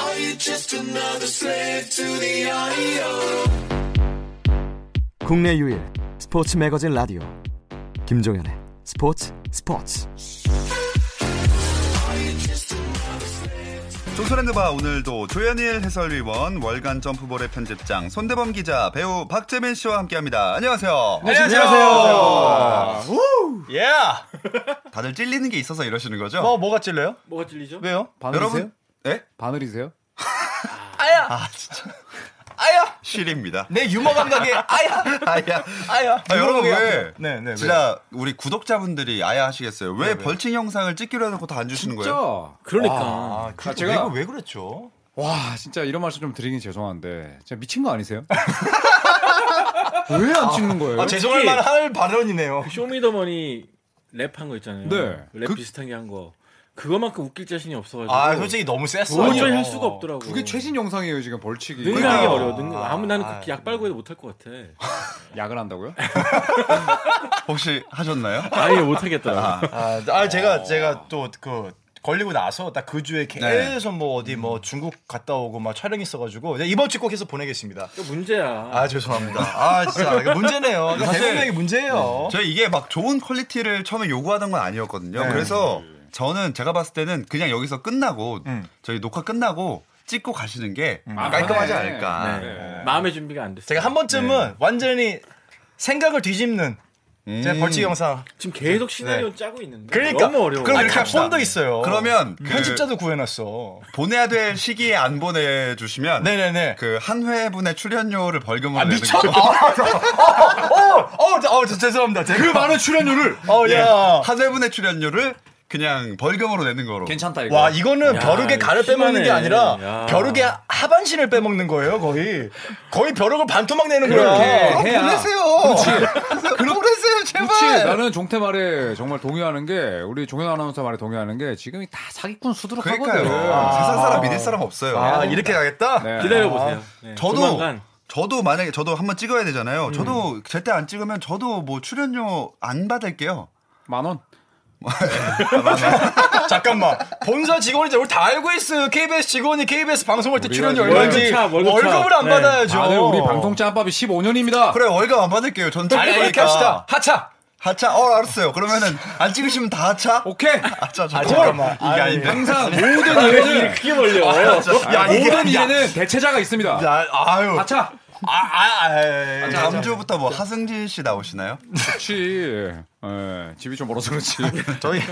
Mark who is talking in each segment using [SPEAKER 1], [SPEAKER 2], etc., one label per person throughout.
[SPEAKER 1] Are you just another slave to the audio?
[SPEAKER 2] 국내 유일 스포츠 매거진 라디오 김종현의 스포츠 스포츠
[SPEAKER 3] 조선랜드바 오늘도 조현일 해설위원, 월간 점프볼의 편집장 손대범 기자, 배우 박재민 씨와 함께합니다. 안녕하세요.
[SPEAKER 4] 안녕하세요. 예.
[SPEAKER 3] 다들 찔리는 게 있어서 이러시는 거죠?
[SPEAKER 4] 뭐 뭐가 찔려요?
[SPEAKER 5] 뭐가 찔리죠?
[SPEAKER 4] 왜요?
[SPEAKER 6] 바늘이세요?
[SPEAKER 3] 예?
[SPEAKER 6] 바늘이세요?
[SPEAKER 4] 아야.
[SPEAKER 3] 아 진짜
[SPEAKER 4] 아야.
[SPEAKER 3] 실입니다.
[SPEAKER 4] 내 유머 감각에 아야.
[SPEAKER 3] 아야.
[SPEAKER 4] 아야.
[SPEAKER 3] 아, 여러분 왜?
[SPEAKER 4] 네, 네. 왜요?
[SPEAKER 3] 진짜 우리 구독자분들이 아야 하시겠어요. 왜 벌칙 영상을 찍기로 해놓고 다 안 주시는 거예요?
[SPEAKER 6] 진짜?
[SPEAKER 5] 그러니까
[SPEAKER 4] 아, 그,
[SPEAKER 6] 제가-
[SPEAKER 4] 제가 왜, 왜
[SPEAKER 3] 그렇죠?
[SPEAKER 4] 그랬죠?
[SPEAKER 6] 와 진짜 이런 말씀 좀 드리긴 죄송한데 진짜 미친 거 아니세요? 왜 안 찍는 거예요?
[SPEAKER 4] 아, 죄송할 만할 발언이네요.
[SPEAKER 5] 그 쇼미더머니 랩한 거 있잖아요.
[SPEAKER 6] 네.
[SPEAKER 5] 랩
[SPEAKER 6] 그- 비슷한
[SPEAKER 5] 비슷한 게 한 거. 그거만큼 웃길 자신이 없어가지고.
[SPEAKER 4] 아, 솔직히 너무 셌어.
[SPEAKER 5] 도저히 할 수가 없더라고.
[SPEAKER 6] 그게 최신 영상이에요 지금 벌칙이
[SPEAKER 5] 능가하기
[SPEAKER 4] 그러니까.
[SPEAKER 5] 어려워. 능가. 아무 나는
[SPEAKER 4] 아,
[SPEAKER 5] 그약 빨고해도 못할 것 같아.
[SPEAKER 6] 약을 한다고요?
[SPEAKER 3] 어. 혹시 하셨나요?
[SPEAKER 5] 아예 못하겠더라.
[SPEAKER 4] 아, 아, 제가 제가 또 그 걸리고 나서 딱 그 주에
[SPEAKER 3] 네.
[SPEAKER 4] 계속 뭐 어디
[SPEAKER 3] 음.
[SPEAKER 4] 뭐 중국 갔다 오고 막 촬영 있어가지고 이제 이번 주 꼭 해서 보내겠습니다.
[SPEAKER 5] 그 문제야.
[SPEAKER 4] 아 죄송합니다. 아 진짜 이거 문제네요. 이거
[SPEAKER 3] 사실- 네.
[SPEAKER 4] 대본명이 문제예요.
[SPEAKER 3] 저희 이게 막 좋은 퀄리티를 처음에 요구하던 건 아니었거든요.
[SPEAKER 4] 네.
[SPEAKER 3] 그래서
[SPEAKER 4] 음.
[SPEAKER 3] 저는 제가 봤을 때는 그냥 여기서 끝나고 저희 녹화 끝나고 찍고 가시는 게
[SPEAKER 4] 음.
[SPEAKER 3] 아, 깔끔하지
[SPEAKER 4] 아,
[SPEAKER 6] 네.
[SPEAKER 3] 않을까.
[SPEAKER 5] 마음의 준비가 안 됐어.
[SPEAKER 4] 제가 한 번쯤은 완전히 생각을 뒤집는
[SPEAKER 3] 네. 음.
[SPEAKER 4] 제 벌칙 영상.
[SPEAKER 5] 지금 계속 시나리오 짜고 있는데.
[SPEAKER 4] 그러니까
[SPEAKER 5] 너무 어려워.
[SPEAKER 4] 그럼 이렇게
[SPEAKER 3] 아니, 갑시다.
[SPEAKER 4] 폰도 있어요.
[SPEAKER 3] 그러면 그-
[SPEAKER 4] 편집자도 구해놨어.
[SPEAKER 3] 보내야 될 시기에 안 보내주시면
[SPEAKER 4] 네네네.
[SPEAKER 3] 그 한 회분의 출연료를 벌금으로
[SPEAKER 4] 아
[SPEAKER 3] 내는
[SPEAKER 4] 미쳐.
[SPEAKER 3] 거.
[SPEAKER 4] 어어어 죄송합니다. 제가
[SPEAKER 6] 그 많은 출연료를
[SPEAKER 3] 예.
[SPEAKER 4] 어야.
[SPEAKER 3] 한 회분의 출연료를 그냥 벌금으로 내는 거로.
[SPEAKER 6] 괜찮다 이거
[SPEAKER 4] 와 이거는
[SPEAKER 5] 야,
[SPEAKER 4] 벼룩의
[SPEAKER 5] 이거
[SPEAKER 4] 가를 빼먹는 게
[SPEAKER 5] 심하네.
[SPEAKER 4] 아니라
[SPEAKER 5] 야.
[SPEAKER 4] 벼룩의 하반신을 빼먹는 거예요 거의 거의 벼룩을 반토막 내는 거야.
[SPEAKER 6] 그렇게 해야
[SPEAKER 3] 어, 보내세요. 그럼 보내세요
[SPEAKER 6] 그치
[SPEAKER 3] 제발.
[SPEAKER 6] 나는 종태 말에 정말 동의하는 게 우리 종현 아나운서 말에 동의하는 게 지금이 다 사기꾼 수두룩하거든
[SPEAKER 3] 그러니까요. 아. 세상 사람 믿을 사람 없어요.
[SPEAKER 4] 아 이렇게 가겠다.
[SPEAKER 6] 네.
[SPEAKER 4] 아,
[SPEAKER 5] 기다려보세요. 네,
[SPEAKER 3] 저도
[SPEAKER 5] 조만간.
[SPEAKER 3] 저도 만약에 저도 한번 찍어야 되잖아요.
[SPEAKER 4] 음.
[SPEAKER 3] 저도 제때 안 찍으면 저도 뭐 출연료 안 받을게요.
[SPEAKER 6] 만원
[SPEAKER 4] 아, 잠깐만 본사 직원이자 우리 다 알고 있어요. KBS 직원이 KBS 방송할 때
[SPEAKER 6] 우리가
[SPEAKER 4] 출연료
[SPEAKER 6] 지금
[SPEAKER 4] 얼마인지
[SPEAKER 5] 월급차, 월급차.
[SPEAKER 4] 월급을 안
[SPEAKER 5] 네.
[SPEAKER 4] 받아야죠.
[SPEAKER 6] 다들 우리 방송 짬밥이 15년입니다
[SPEAKER 3] 그래 월급 안 받을게요. 전
[SPEAKER 4] 아니
[SPEAKER 3] 찍을
[SPEAKER 4] 이렇게
[SPEAKER 3] 거니까.
[SPEAKER 4] 합시다. 하차.
[SPEAKER 3] 하차. 어 알았어요. 그러면은 안 찍으시면 다 하차.
[SPEAKER 6] 오케이
[SPEAKER 3] 하차.
[SPEAKER 4] 아,
[SPEAKER 3] 잠깐만.
[SPEAKER 4] 잠깐만.
[SPEAKER 3] 이게 아닌데.
[SPEAKER 6] 항상 모든 일에는
[SPEAKER 5] 크게 벌려.
[SPEAKER 4] 아, 야, 이게-
[SPEAKER 6] 모든
[SPEAKER 4] 야,
[SPEAKER 6] 일에는 대체자가 있습니다
[SPEAKER 4] 야, 아유.
[SPEAKER 6] 아차
[SPEAKER 4] 아, 아, 아, 아,
[SPEAKER 3] 다음 주부터 뭐 하승진 씨 나오시나요?
[SPEAKER 6] 그렇지. 예, 집이 좀 멀어서 그렇지.
[SPEAKER 4] 저희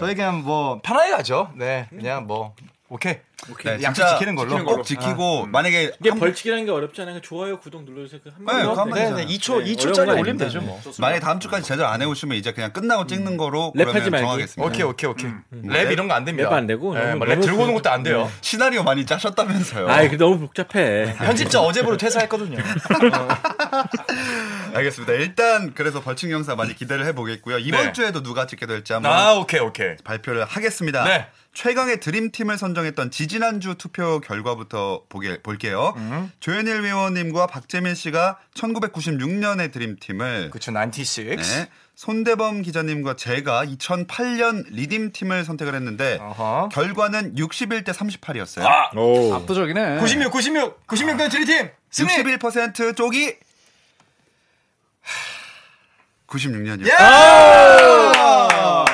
[SPEAKER 4] 저희 그냥 뭐 편하게 가죠. 네, 그냥 뭐 오케이.
[SPEAKER 3] 네,
[SPEAKER 4] 약속
[SPEAKER 3] 진짜
[SPEAKER 4] 지키는 걸로. 음.
[SPEAKER 3] 꼭 지키고 만약에
[SPEAKER 5] 이게
[SPEAKER 3] 한-
[SPEAKER 5] 벌칙이라는 게 어렵지 않아요. 좋아요, 구독 눌러주세요. 그한
[SPEAKER 3] 네,
[SPEAKER 5] 번만.
[SPEAKER 3] 그한
[SPEAKER 4] 네,
[SPEAKER 3] 번이잖아.
[SPEAKER 4] 네, 2초
[SPEAKER 5] 네,
[SPEAKER 4] 2초짜리
[SPEAKER 5] 어려운 거
[SPEAKER 4] 올리면
[SPEAKER 5] 아닙니다.
[SPEAKER 4] 되죠, 뭐.
[SPEAKER 3] 만약에 다음 주까지 제대로 안 해오시면 이제 그냥 끝나고
[SPEAKER 4] 음.
[SPEAKER 3] 찍는 거로
[SPEAKER 5] 랩하지
[SPEAKER 3] 그러면
[SPEAKER 5] 말기.
[SPEAKER 3] 정하겠습니다.
[SPEAKER 4] 오케이, 오케이, 오케이. 랩 이런 거 안 됩니다.
[SPEAKER 5] 랩안 되고
[SPEAKER 4] 예,
[SPEAKER 5] 너무-
[SPEAKER 4] 뭐랩
[SPEAKER 5] 너무 네.
[SPEAKER 4] 들고 오는 것도 안 돼요.
[SPEAKER 3] 시나리오 많이 짜셨다면서요.
[SPEAKER 5] 아이, 그 너무 복잡해.
[SPEAKER 4] 편집자 어제부로 퇴사했거든요.
[SPEAKER 3] 알겠습니다. 일단 그래서 벌칙 영상 많이 기대를 해보겠고요. 이번
[SPEAKER 4] 네.
[SPEAKER 3] 주에도 누가 찍게 될지 한번
[SPEAKER 4] 아, 오케이, 오케이.
[SPEAKER 3] 발표를 하겠습니다.
[SPEAKER 4] 네.
[SPEAKER 3] 최강의 드림팀을 선정했던 지지난주 투표 결과부터 보게, 볼게요.
[SPEAKER 4] 음.
[SPEAKER 3] 조현일 위원님과 박재민 씨가 1996년의 드림팀을
[SPEAKER 4] 그쵸, 96.
[SPEAKER 3] 네, 손대범 기자님과 제가 2008년 리딤팀을 선택을 했는데
[SPEAKER 4] 어허.
[SPEAKER 3] 결과는 61대 38이었어요.
[SPEAKER 4] 아,
[SPEAKER 6] 압도적이네.
[SPEAKER 4] 96, 96, 96대 드리팀 승리.
[SPEAKER 3] 61% 쪽이 96년이요.
[SPEAKER 4] 예!
[SPEAKER 6] 아,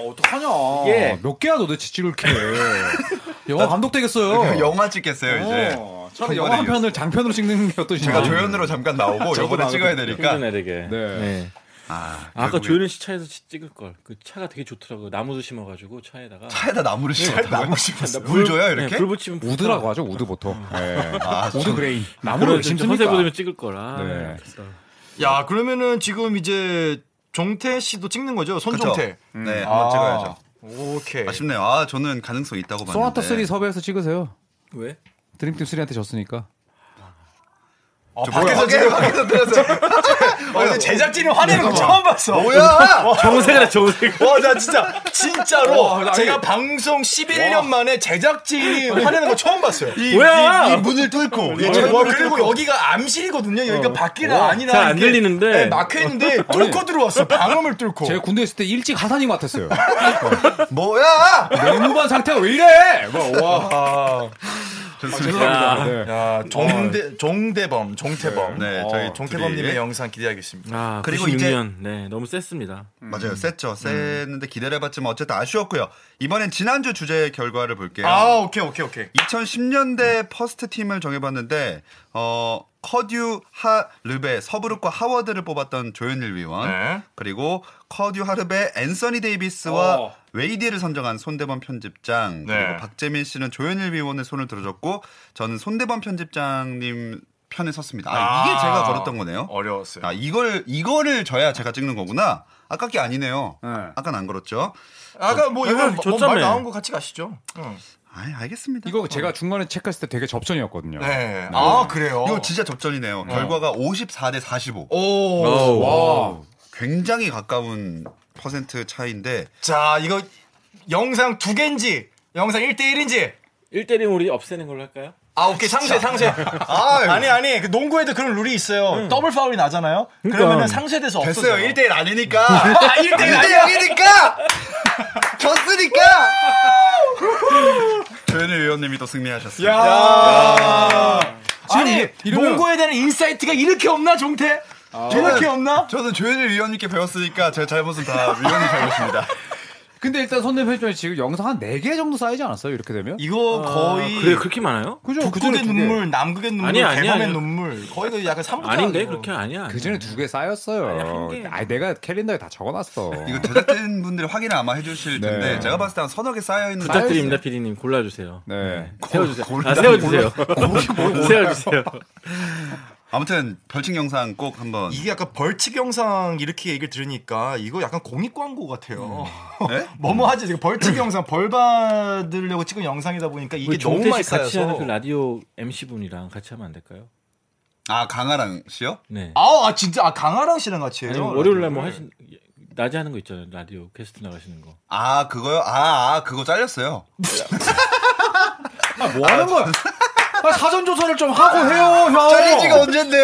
[SPEAKER 6] 어떡하냐.
[SPEAKER 5] 이게-
[SPEAKER 6] 몇 개야 도대체 찍을 게. 영화 감독 되겠어요.
[SPEAKER 3] 영화 찍겠어요 이제.
[SPEAKER 6] 어, 차라리
[SPEAKER 3] 한
[SPEAKER 6] 영화 한
[SPEAKER 3] 번에
[SPEAKER 6] 편을 장편으로 찍는 게 어떠신지.
[SPEAKER 3] 제가 조연으로 잠깐 나오고
[SPEAKER 6] 저도
[SPEAKER 3] 뭐 요번에 찍어야
[SPEAKER 6] 나오겠다.
[SPEAKER 3] 되니까.
[SPEAKER 5] 힘드네 되게.
[SPEAKER 6] 네.
[SPEAKER 5] 네.
[SPEAKER 3] 아,
[SPEAKER 5] 아, 까
[SPEAKER 3] 결국엔
[SPEAKER 5] 조현일 씨 차에서 치- 찍을 걸. 그 차가 되게 좋더라고. 요 나무도 심어가지고 차에다가.
[SPEAKER 3] 차에다 나무를 심었다고요? 나무 심었어요. 물 줘요 이렇게?
[SPEAKER 5] 불 붙이면
[SPEAKER 6] 우드라고 하죠 우드 보통. 예.
[SPEAKER 3] 아,
[SPEAKER 6] 우드 그레인. 나무를
[SPEAKER 5] 아무래도
[SPEAKER 6] 심습니까?
[SPEAKER 5] 허세 보면 찍을 거라.
[SPEAKER 6] 네.
[SPEAKER 4] 야, 그러면은 지금 이제 종태 씨도 찍는 거죠?
[SPEAKER 3] 그쵸?
[SPEAKER 4] 손종태. 아,
[SPEAKER 3] 네, 한번 찍어야죠.
[SPEAKER 4] 오케이.
[SPEAKER 3] 아쉽네요. 아, 저는 가능성 있다고 봤는데.
[SPEAKER 6] 소나타 3 섭외해서 찍으세요.
[SPEAKER 5] 왜?
[SPEAKER 6] 드림팀 3한테 졌으니까.
[SPEAKER 4] 아,
[SPEAKER 3] 저
[SPEAKER 4] 밖에서
[SPEAKER 3] 뭐야?
[SPEAKER 4] 지금 어, 이거 제작진이 화내는 거 처음 봤어.
[SPEAKER 3] 뭐야?
[SPEAKER 5] 정색이라 정색.
[SPEAKER 4] 와, 나 진짜 진짜로
[SPEAKER 6] 와, 나
[SPEAKER 4] 제가
[SPEAKER 6] 아니-
[SPEAKER 4] 방송 11년 만에 제작진이 화내는 거 처음 봤어요.
[SPEAKER 3] 이,
[SPEAKER 5] 뭐야?
[SPEAKER 3] 이, 이 문을 뚫고. 이
[SPEAKER 4] 와,
[SPEAKER 3] 철문을
[SPEAKER 4] 그리고
[SPEAKER 3] 뚫고. 어.
[SPEAKER 4] 여기가 암실이거든요. 여기가 밖이나
[SPEAKER 5] 와,
[SPEAKER 4] 아니나
[SPEAKER 5] 잘안
[SPEAKER 4] 이렇게,
[SPEAKER 5] 들리는데.
[SPEAKER 4] 네, 막혀 있는데 뚫고 들어왔어. 방음을 뚫고.
[SPEAKER 6] 제가 군대 있을 때 일찍 하산인 것 같았어요.
[SPEAKER 3] 뭐야?
[SPEAKER 6] 냉무반 상태가 왜 이래? 막, 뭐, 와.
[SPEAKER 4] 아,
[SPEAKER 3] 좋습니다.
[SPEAKER 6] 네.
[SPEAKER 4] 야, 종대 종대범, 종태범.
[SPEAKER 3] 어. 네,
[SPEAKER 4] 어,
[SPEAKER 3] 저희
[SPEAKER 4] 종태범 님의
[SPEAKER 3] 둘이.
[SPEAKER 4] 영상 기대하겠습니다.
[SPEAKER 5] 아,
[SPEAKER 3] 그리고
[SPEAKER 5] 96년. 네, 너무 셌습니다.
[SPEAKER 3] 맞아요. 셌죠. 셌는데 기대를 해봤지만 어쨌든 아쉬웠고요. 이번엔 지난주 주제 결과를 볼게요.
[SPEAKER 4] 아, 오케이, 오케이, 오케이.
[SPEAKER 3] 2010년대 퍼스트 팀을 정해봤는데 어 커듀 하 르베 서브룩과 하워드를 뽑았던 조현일 위원
[SPEAKER 4] 네.
[SPEAKER 3] 그리고 커듀 하르베 앤서니 데이비스와
[SPEAKER 5] 어.
[SPEAKER 3] 웨이디를 선정한 손대범 편집장
[SPEAKER 4] 네.
[SPEAKER 3] 그리고 박재민 씨는 조현일 위원의 손을 들어줬고 저는 손대범 편집장님 편에 섰습니다. 아, 이게
[SPEAKER 4] 아.
[SPEAKER 3] 제가 걸었던 거네요.
[SPEAKER 4] 어려웠어요.
[SPEAKER 3] 아 이걸 이거를 져야 제가 찍는 거구나. 아까 게 아니네요.
[SPEAKER 6] 네.
[SPEAKER 3] 아까 안 걸었죠.
[SPEAKER 4] 아까 뭐 이거
[SPEAKER 5] 아,
[SPEAKER 4] 뭐
[SPEAKER 5] 졌잖아요.
[SPEAKER 4] 말 나온 거 같이 가시죠. 응.
[SPEAKER 3] 아 알겠습니다.
[SPEAKER 6] 이거 제가 중간에 체크했을 때 되게 접전이었거든요.
[SPEAKER 4] 네. 아, 그래요.
[SPEAKER 3] 이거 진짜
[SPEAKER 4] 어.
[SPEAKER 3] 접전이네요. 결과가 54대 45.
[SPEAKER 4] 오.
[SPEAKER 6] 와.
[SPEAKER 3] 굉장히 가까운 퍼센트 차이인데
[SPEAKER 4] 자, 이거 영상 두 개인지 영상 1대 1인지
[SPEAKER 5] 1대1 우리 없애는 걸로 할까요?
[SPEAKER 4] 아, 오케이. 상쇄, 상쇄. 아, 니 아니. 그 농구에도 그런 룰이 있어요. 더블 파울이 나잖아요. 그러면은 상쇄돼서 없어요.
[SPEAKER 3] 됐어요. 1대1 아니니까. 아, 1대1 0이니까 졌으니까. 조현일 의원님이 또 승리하셨어요.
[SPEAKER 4] 지금
[SPEAKER 6] 아니,
[SPEAKER 4] 아. 아니,
[SPEAKER 6] 이러면-
[SPEAKER 4] 농구에 대한 인사이트가 이렇게 없나, 종태? 이렇게 없나?
[SPEAKER 3] 저는 조현일 의원님께 배웠으니까 제 잘못은 다 의원님 잘못입니다.
[SPEAKER 6] 근데 일단 손대범 편집장이 지금 영상 한 4개 정도 쌓이지 않았어요? 이렇게 되면?
[SPEAKER 4] 이거 거의
[SPEAKER 5] 그래, 그렇게 많아요?
[SPEAKER 6] 그죠? 그 전에
[SPEAKER 4] 북극의
[SPEAKER 6] 두 개.
[SPEAKER 4] 눈물, 남극의 눈물,
[SPEAKER 5] 아니야, 아니야,
[SPEAKER 4] 대범의
[SPEAKER 5] 아니야.
[SPEAKER 4] 눈물. 거의 그 약간 3분
[SPEAKER 5] 아닌데? 그렇게 아니야.
[SPEAKER 6] 그 전에 두
[SPEAKER 5] 아니,
[SPEAKER 6] 개
[SPEAKER 5] 한 개.
[SPEAKER 6] 쌓였어요. 아, 내가 캘린더에 다 적어놨어.
[SPEAKER 3] 이거 제작진 분들이 확인을 아마 해주실
[SPEAKER 6] 네.
[SPEAKER 3] 텐데 제가 봤을 때 한 서너 개 쌓여 있는
[SPEAKER 4] 아,
[SPEAKER 5] 부탁드립니다, 피디님. 골라주세요.
[SPEAKER 6] 네.
[SPEAKER 5] 세워주세요. 아, 세워주세요.
[SPEAKER 4] 뭐
[SPEAKER 5] 세워주세요.
[SPEAKER 3] 아무튼 벌칙 영상 꼭 한번.
[SPEAKER 4] 이게 약간 벌칙 영상 이렇게 얘기를 들으니까 이거 약간 공익 광고 같아요.
[SPEAKER 3] 네?
[SPEAKER 4] 뭐뭐 하지? 지금 벌칙 영상 벌 받으려고 찍은 영상이다 보니까 이게
[SPEAKER 5] 우리
[SPEAKER 4] 너무
[SPEAKER 5] 종태
[SPEAKER 4] 많이
[SPEAKER 5] 씨 같이 하는
[SPEAKER 4] 쌓여서.
[SPEAKER 5] 그 라디오 MC 분이랑 같이 하면 안 될까요?
[SPEAKER 3] 아 강아랑 씨요?
[SPEAKER 5] 네.
[SPEAKER 4] 아우, 아 진짜 아 강아랑 씨랑 같이 해요. 네.
[SPEAKER 5] 아니면 월요일 날뭐 하신 낮에 하는 거 있잖아요. 라디오 게스트 나가시는 거.
[SPEAKER 3] 아 그거요? 아, 아 그거 잘렸어요.
[SPEAKER 6] 아, 뭐 하는 거야? 아, 사전 조사를 좀 하고 해요, 형.
[SPEAKER 4] 아,
[SPEAKER 3] 잘린 지가 언젠데?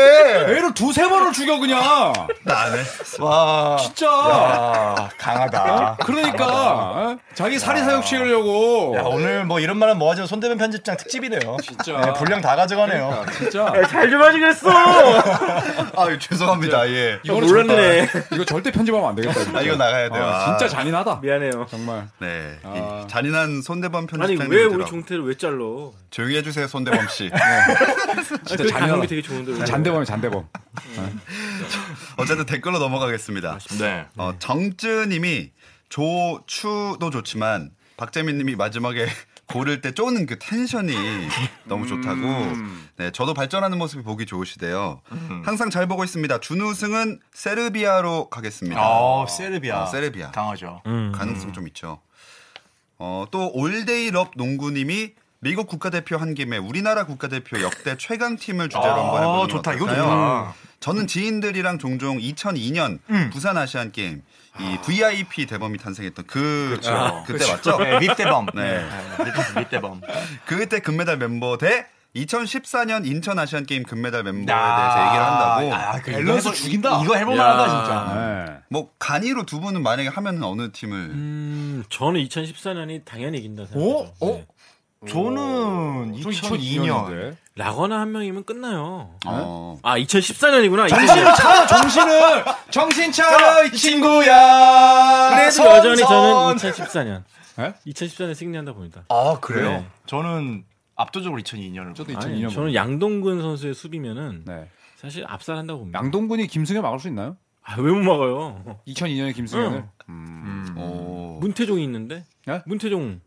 [SPEAKER 6] 애를 두세 번을 죽여, 그냥.
[SPEAKER 3] 나네.
[SPEAKER 4] 와,
[SPEAKER 6] 진짜.
[SPEAKER 4] 아, 강하다.
[SPEAKER 6] 그러니까. 어? 자기 사리사욕 시키려고.
[SPEAKER 4] 야, 오늘 뭐 이런 말은 뭐하지만 손대면 편집장 특집이네요.
[SPEAKER 6] 진짜.
[SPEAKER 4] 네, 분량 다 가져가네요.
[SPEAKER 5] 그러니까.
[SPEAKER 6] 진짜.
[SPEAKER 5] 잘 좀 하시겠어.
[SPEAKER 3] 아 죄송합니다. 예.
[SPEAKER 6] 이거는
[SPEAKER 5] 놀랐네.
[SPEAKER 6] 정말- 이거 절대 편집하면 안 되겠다. 진짜.
[SPEAKER 3] 아 이거 나가야 돼요.
[SPEAKER 6] 아,
[SPEAKER 3] 아.
[SPEAKER 6] 진짜 잔인하다.
[SPEAKER 5] 미안해요.
[SPEAKER 6] 정말.
[SPEAKER 3] 네. 이
[SPEAKER 6] 아.
[SPEAKER 3] 잔인한 손대범
[SPEAKER 5] 아니
[SPEAKER 3] 편집장님.
[SPEAKER 5] 왜 우리 종태를 왜 잘러?
[SPEAKER 3] 조용히 해주세요, 손대범 씨. 네.
[SPEAKER 5] 진짜
[SPEAKER 6] 잔인하다.
[SPEAKER 5] 가성비 되게 좋은데. 왜?
[SPEAKER 6] 잔대범이 잔대범.
[SPEAKER 3] 어쨌든 댓글로 넘어가겠습니다.
[SPEAKER 4] 네.
[SPEAKER 3] 어, 정쯔님이 조추도 좋지만 박재민님이 마지막에 고를 때 쪼는 그 텐션이 너무 좋다고.
[SPEAKER 5] 음.
[SPEAKER 3] 네, 저도 발전하는 모습이 보기 좋으시대요. 항상 잘 보고 있습니다. 준우승은 세르비아로 가겠습니다.
[SPEAKER 4] 아, 세르비아.
[SPEAKER 3] 아, 세르비아.
[SPEAKER 4] 강하죠. 음.
[SPEAKER 3] 가능성 좀 있죠. 어, 또 올데이 럽 농구님이 미국 국가대표 한 김에 우리나라 국가대표 역대 최강 팀을 주제로
[SPEAKER 4] 아,
[SPEAKER 3] 한번 해보는
[SPEAKER 4] 좋다.
[SPEAKER 3] 건
[SPEAKER 4] 이거
[SPEAKER 3] 어떨까요?
[SPEAKER 4] 좋다. 음.
[SPEAKER 3] 저는 지인들이랑 종종 2002년 부산 아시안 게임 이 VIP 대범이 탄생했던 그 그때 맞죠?
[SPEAKER 4] 네, 립대범.
[SPEAKER 3] 네.
[SPEAKER 4] 네. 립대범.
[SPEAKER 3] 그때 금메달 멤버 대 2014년 인천 아시안 게임 금메달 멤버에
[SPEAKER 4] 야.
[SPEAKER 3] 대해서 얘기를 한다고.
[SPEAKER 4] 아, 그
[SPEAKER 6] 밸런스
[SPEAKER 4] 이거 해볼-
[SPEAKER 6] 죽인다.
[SPEAKER 4] 이거 해볼만하다 진짜.
[SPEAKER 6] 네.
[SPEAKER 3] 뭐 간이로 두 분은 만약에 하면 어느 팀을
[SPEAKER 5] 음, 저는 2014년이 당연히 이긴다 네.
[SPEAKER 4] 오?
[SPEAKER 5] 생각해요.
[SPEAKER 4] 어? 저는 2002년.
[SPEAKER 5] 라거나 한 명이면 끝나요.
[SPEAKER 3] 어,
[SPEAKER 5] 아 2014년이구나.
[SPEAKER 6] 정신을 차려, 정신을! 정신 차려, 이 친구야!
[SPEAKER 5] 그래서 여전히 저는 2014년.
[SPEAKER 4] 네?
[SPEAKER 6] 에?
[SPEAKER 5] 2014년 승리한다 봅니다.
[SPEAKER 4] 아 그래요?
[SPEAKER 5] 네.
[SPEAKER 4] 저는 압도적으로 2002년을.
[SPEAKER 6] 저도
[SPEAKER 5] 아니,
[SPEAKER 6] 2002년.
[SPEAKER 5] 저는 양동근 선수의 수비면은
[SPEAKER 6] 네.
[SPEAKER 5] 사실 압살한다고 봅니다.
[SPEAKER 6] 양동근이 김승현 막을 수 있나요?
[SPEAKER 5] 아, 왜 못 막아요?
[SPEAKER 6] 2002년에 김승현을?
[SPEAKER 5] 응.
[SPEAKER 4] 음.
[SPEAKER 3] 오.
[SPEAKER 5] 문태종이 있는데?
[SPEAKER 6] 예?
[SPEAKER 5] 문태종.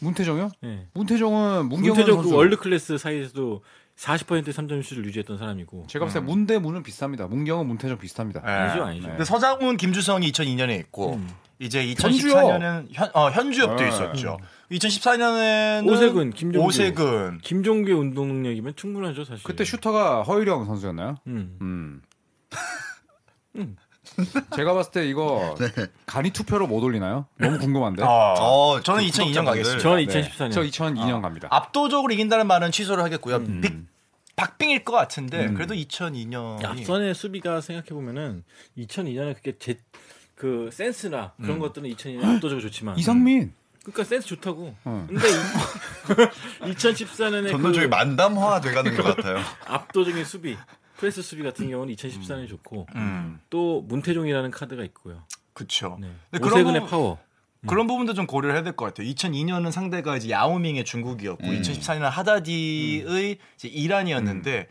[SPEAKER 6] 문태종이요?
[SPEAKER 5] 예.
[SPEAKER 6] 문태종은 문경현
[SPEAKER 5] 문태종
[SPEAKER 6] 선수.
[SPEAKER 5] 그 월드 클래스 사이에서도 40%의 3점슛을 유지했던 사람이고.
[SPEAKER 6] 제가 봤을 때 문대 문은 비슷합니다. 문경은 문태종 비슷합니다.
[SPEAKER 4] 네.
[SPEAKER 5] 아니죠, 아니죠.
[SPEAKER 4] 근데 서장훈, 김주성이 2002년에 있고 이제
[SPEAKER 6] 현주요.
[SPEAKER 4] 2014년은 현, 어, 현주엽도
[SPEAKER 6] 네.
[SPEAKER 4] 있었죠. 2014년에는
[SPEAKER 5] 오세근, 김종규.
[SPEAKER 4] 오세근.
[SPEAKER 5] 김종규의 운동 능력이면 충분하죠, 사실.
[SPEAKER 6] 그때 슈터가 허유령 선수였나요?
[SPEAKER 5] 음.
[SPEAKER 6] 음. 제가 봤을 때 이거 간이 투표로 못 올리나요? 너무 궁금한데.
[SPEAKER 4] 아,
[SPEAKER 3] 어,
[SPEAKER 4] 저는
[SPEAKER 3] 그
[SPEAKER 4] 2002년 가겠습니다.
[SPEAKER 5] 저는
[SPEAKER 6] 네.
[SPEAKER 5] 2014년.
[SPEAKER 6] 저 2002년 갑니다.
[SPEAKER 4] 아, 압도적으로 이긴다는 말은 취소를 하겠고요. 빅 박빙일 것 같은데 그래도 2002년이
[SPEAKER 5] 앞선의 수비가 생각해 보면은 2002년에 그게 제 그 센스나 그런 것들은 2002년 압도적으로 좋지만
[SPEAKER 6] 음. 이상민.
[SPEAKER 5] 그러니까 센스 좋다고.
[SPEAKER 6] 어.
[SPEAKER 5] 근데 2014년에 그
[SPEAKER 3] 전노조의 만담화 돼가는 것 같아요.
[SPEAKER 5] 압도적인 수비 프레스 수비 같은 경우는 2014년에 좋고
[SPEAKER 4] 음.
[SPEAKER 5] 또 문태종이라는 카드가 있고요.
[SPEAKER 4] 그렇죠.
[SPEAKER 5] 네.
[SPEAKER 4] 근데 그런
[SPEAKER 5] 오세근의
[SPEAKER 4] 부-
[SPEAKER 5] 파워.
[SPEAKER 4] 음. 그런 부분도 좀 고려를 해야 될 것 같아요. 2002년은 상대가 이제 야오밍의 중국이었고
[SPEAKER 5] 음.
[SPEAKER 4] 2014년은 하다디의 이제 이란이었는데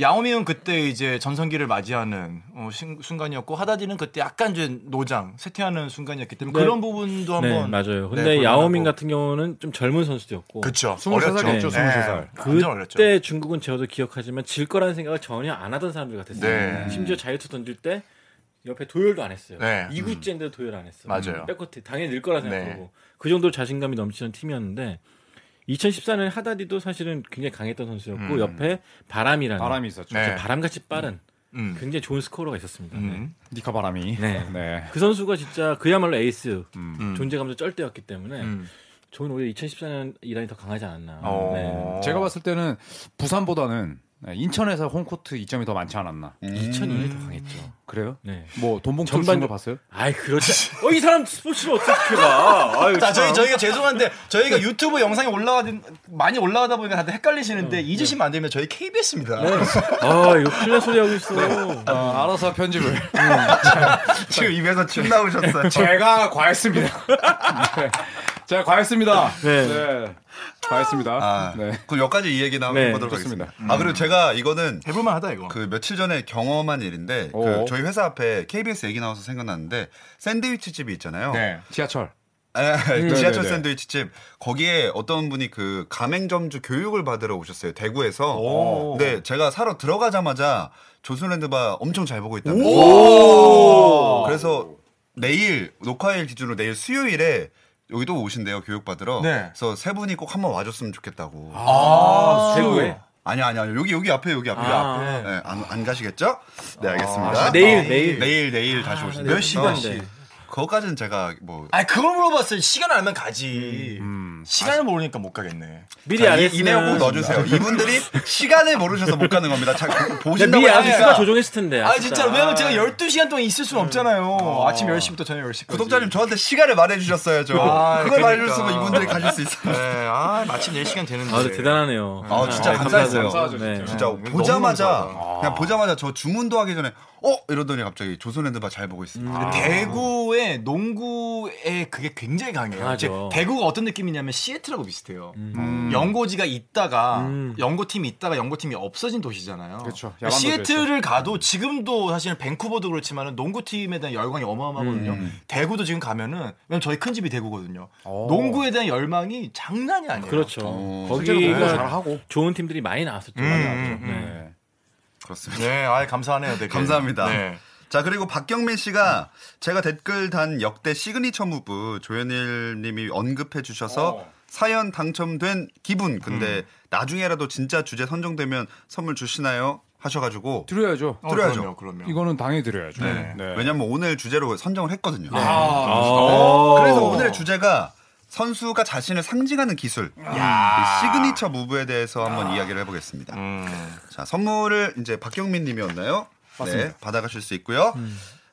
[SPEAKER 4] 야오밍은 그때 이제 전성기를 맞이하는 어, 신- 순간이었고 하다디는 그때 약간 이제 노장 쇠퇴하는 순간이었기 때문에
[SPEAKER 5] 네.
[SPEAKER 4] 그런 부분도 한번
[SPEAKER 5] 네 맞아요.
[SPEAKER 4] 네,
[SPEAKER 5] 근데
[SPEAKER 4] 고려를
[SPEAKER 5] 야오밍
[SPEAKER 4] 하고.
[SPEAKER 5] 같은 경우는 좀 젊은 선수였고
[SPEAKER 4] 그쵸
[SPEAKER 6] 23살이었죠, 23살.
[SPEAKER 4] 완전 어렸죠.
[SPEAKER 5] 그때 중국은 저도 기억하지만 질 거라는 생각을 전혀 안 하던 사람들 같았어요.
[SPEAKER 4] 네.
[SPEAKER 5] 심지어 자유투 던질 때 옆에 도열도 안 했어요.
[SPEAKER 4] 네.
[SPEAKER 5] 이구째인데도 도열 안 했어.
[SPEAKER 4] 맞아요.
[SPEAKER 5] 백코트 당연히 늘 거라
[SPEAKER 4] 네.
[SPEAKER 5] 생각하고 그 정도로 자신감이 넘치는 팀이었는데 2014년에 하다디도 사실은 굉장히 강했던 선수였고
[SPEAKER 4] 음.
[SPEAKER 5] 옆에 바람이라는
[SPEAKER 6] 바람이 있었죠.
[SPEAKER 4] 네.
[SPEAKER 5] 바람같이 빠른
[SPEAKER 4] 음.
[SPEAKER 5] 굉장히 좋은 스코어가 있었습니다. 네.
[SPEAKER 4] 음.
[SPEAKER 6] 니카 바람이.
[SPEAKER 5] 네.
[SPEAKER 6] 네.
[SPEAKER 5] 그 선수가 진짜 그야말로 에이스
[SPEAKER 4] 음.
[SPEAKER 5] 존재감도 쩔대였기 때문에
[SPEAKER 4] 음.
[SPEAKER 5] 저는 오히려 2014년 이란이 더 강하지 않았나.
[SPEAKER 4] 어.
[SPEAKER 5] 네.
[SPEAKER 6] 제가 봤을 때는 부산보다는 네, 인천에서 홈코트 이점이 더 많지 않았나.
[SPEAKER 5] 네. 2002년이 더 강했죠.
[SPEAKER 6] 그래요?
[SPEAKER 5] 네.
[SPEAKER 6] 뭐 돈봉투
[SPEAKER 5] 음. 전반-
[SPEAKER 6] 준거 봤어요?
[SPEAKER 5] 아이 그렇지. 어 이 사람 스포츠를 어떻게 봐? 아유,
[SPEAKER 4] 자, 저희
[SPEAKER 5] 참.
[SPEAKER 4] 저희가 죄송한데 저희가 유튜브 영상이 올라가 많이 올라가다 보니까 다들 헷갈리시는데
[SPEAKER 5] 어, 네.
[SPEAKER 4] 잊으시면 안 됩니다. 저희 KBS입니다.
[SPEAKER 5] 아 이거 큰일 날 소리 하고 있어.
[SPEAKER 6] 아, 알아서 편집을.
[SPEAKER 3] 지금 입에서 침 나오셨어요.
[SPEAKER 6] 네. 제가 과했습니다. 네. 제가 과했습니다.
[SPEAKER 5] 네.
[SPEAKER 6] 과했습니다.
[SPEAKER 3] 아,
[SPEAKER 6] 네.
[SPEAKER 3] 그럼 여기까지 이 얘기나
[SPEAKER 5] 네,
[SPEAKER 3] 해보도록
[SPEAKER 6] 좋습니다. 음.
[SPEAKER 3] 하겠습니다. 아 그리고 제가 이거는
[SPEAKER 4] 해볼만하다 이거.
[SPEAKER 3] 그 며칠 전에 경험한 일인데 그
[SPEAKER 6] 오.
[SPEAKER 3] 저희 회사 앞에 KBS 얘기 나와서 생각났는데 샌드위치 집이 있잖아요.
[SPEAKER 4] 네.
[SPEAKER 6] 지하철.
[SPEAKER 3] 아, 지하철
[SPEAKER 6] 음, 네네네.
[SPEAKER 3] 샌드위치 집 거기에 어떤 분이 그 가맹점주 교육을 받으러 오셨어요 대구에서.
[SPEAKER 4] 오.
[SPEAKER 3] 근데 제가 사러 들어가자마자 조선랜드바 엄청 잘 보고 있다고.
[SPEAKER 4] 어.
[SPEAKER 3] 어, 그래서 내일 녹화일 기준으로 내일 수요일에 여기도 오신대요 교육 받으러.
[SPEAKER 4] 네.
[SPEAKER 3] 그래서 세 분이 꼭 한번 와줬으면 좋겠다고.
[SPEAKER 4] 아,
[SPEAKER 5] 최고의.
[SPEAKER 3] 아니 아니 아니 여기 여기 앞에 여기 앞에 여기
[SPEAKER 5] 아,
[SPEAKER 3] 앞에 네, 안, 안 가시겠죠? 네 알겠습니다. 어,
[SPEAKER 5] 아, 내일 내일.
[SPEAKER 3] 내일 내일 다시 오신다.
[SPEAKER 5] 몇 시간인데?
[SPEAKER 3] 그거까지는 제가 뭐
[SPEAKER 4] 아니 그걸 물어봤어요. 시간 알면 가지. 시간을 모르니까 못 가겠네.
[SPEAKER 5] 미리
[SPEAKER 3] 자,
[SPEAKER 5] 안
[SPEAKER 3] 이,
[SPEAKER 5] 했으면.
[SPEAKER 3] 이 내용 꼭 넣어주세요. 이분들이 시간을 모르셔서 못 가는 겁니다. 자, 그-
[SPEAKER 5] 근데
[SPEAKER 3] 보신다고
[SPEAKER 5] 네, 미리 안 했으면
[SPEAKER 3] 하니까
[SPEAKER 5] 조정했을 텐데.
[SPEAKER 4] 아 진짜 왜냐면 제가 12시간 동안 있을 수는 없잖아요. 아침 10시부터 저녁 10시까지.
[SPEAKER 3] 구독자님 저한테 시간을 말해주셨어야죠.
[SPEAKER 4] 아,
[SPEAKER 3] 그걸
[SPEAKER 4] 그러니까.
[SPEAKER 3] 말해주셨으면 이분들이 가실 수 있어요.
[SPEAKER 4] 네, 아 마침 10시간 되는데.
[SPEAKER 5] 아 대단하네요.
[SPEAKER 3] 아, 진짜 감사했어요.
[SPEAKER 5] 감사하죠, 네.
[SPEAKER 3] 진짜
[SPEAKER 4] 너무 아.
[SPEAKER 3] 보자마자
[SPEAKER 4] 감사하다.
[SPEAKER 3] 그냥 보자마자 저 주문도 하기 전에 어 이러더니 갑자기 조선랜드바 잘 보고 있습니다.
[SPEAKER 4] 근데 대구의 농구에 그게 굉장히 강해요. 이제
[SPEAKER 5] 강하죠.
[SPEAKER 4] 대구가 어떤 느낌이냐면 시애틀하고 비슷해요. 음. 연고지가 있다가
[SPEAKER 5] 음.
[SPEAKER 4] 연고팀이 있다가 연고팀이 없어진 도시잖아요. 음.
[SPEAKER 6] 그쵸.
[SPEAKER 4] 그러니까
[SPEAKER 6] 야간도
[SPEAKER 4] 시애틀을 가도 지금도 사실 밴쿠버도 그렇지만 농구팀에 대한 열광이 어마어마하거든요.
[SPEAKER 5] 음.
[SPEAKER 4] 대구도 지금 가면은 왜냐면 저희 큰 집이 대구거든요.
[SPEAKER 6] 오.
[SPEAKER 4] 농구에 대한 열망이 장난이 아니에요.
[SPEAKER 5] 그렇죠.
[SPEAKER 3] 어,
[SPEAKER 6] 실제로 공부
[SPEAKER 5] 거기가
[SPEAKER 6] 잘하고.
[SPEAKER 5] 좋은 팀들이 많이 나왔었죠.
[SPEAKER 4] 음,
[SPEAKER 5] 나왔죠.
[SPEAKER 4] 음,
[SPEAKER 5] 네.
[SPEAKER 6] 네.
[SPEAKER 3] 그렇습니다.
[SPEAKER 4] 네, 아 감사하네요. 되게.
[SPEAKER 3] 감사합니다.
[SPEAKER 4] 네.
[SPEAKER 3] 자 그리고 박경민 씨가 제가 댓글 단 역대 시그니처 무브 조현일님이 언급해 주셔서
[SPEAKER 4] 어.
[SPEAKER 3] 사연 당첨된 기분
[SPEAKER 4] 음.
[SPEAKER 3] 근데 나중에라도 진짜 주제 선정되면 선물 주시나요 하셔가지고
[SPEAKER 6] 드려야죠.
[SPEAKER 4] 어,
[SPEAKER 3] 드려야죠.
[SPEAKER 4] 그럼요, 그럼요.
[SPEAKER 6] 이거는 당연히 드려야죠.
[SPEAKER 3] 네.
[SPEAKER 6] 네.
[SPEAKER 3] 왜냐면 오늘 주제로 선정을 했거든요.
[SPEAKER 5] 아,
[SPEAKER 3] 그래서 오늘의 주제가 선수가 자신을 상징하는 기술 이 시그니처 무브에 대해서 한번 이야기를 해보겠습니다.
[SPEAKER 4] 음.
[SPEAKER 3] 자 선물을 이제 박경민님이었나요? 네
[SPEAKER 6] 맞습니다.
[SPEAKER 3] 받아가실 수 있고요.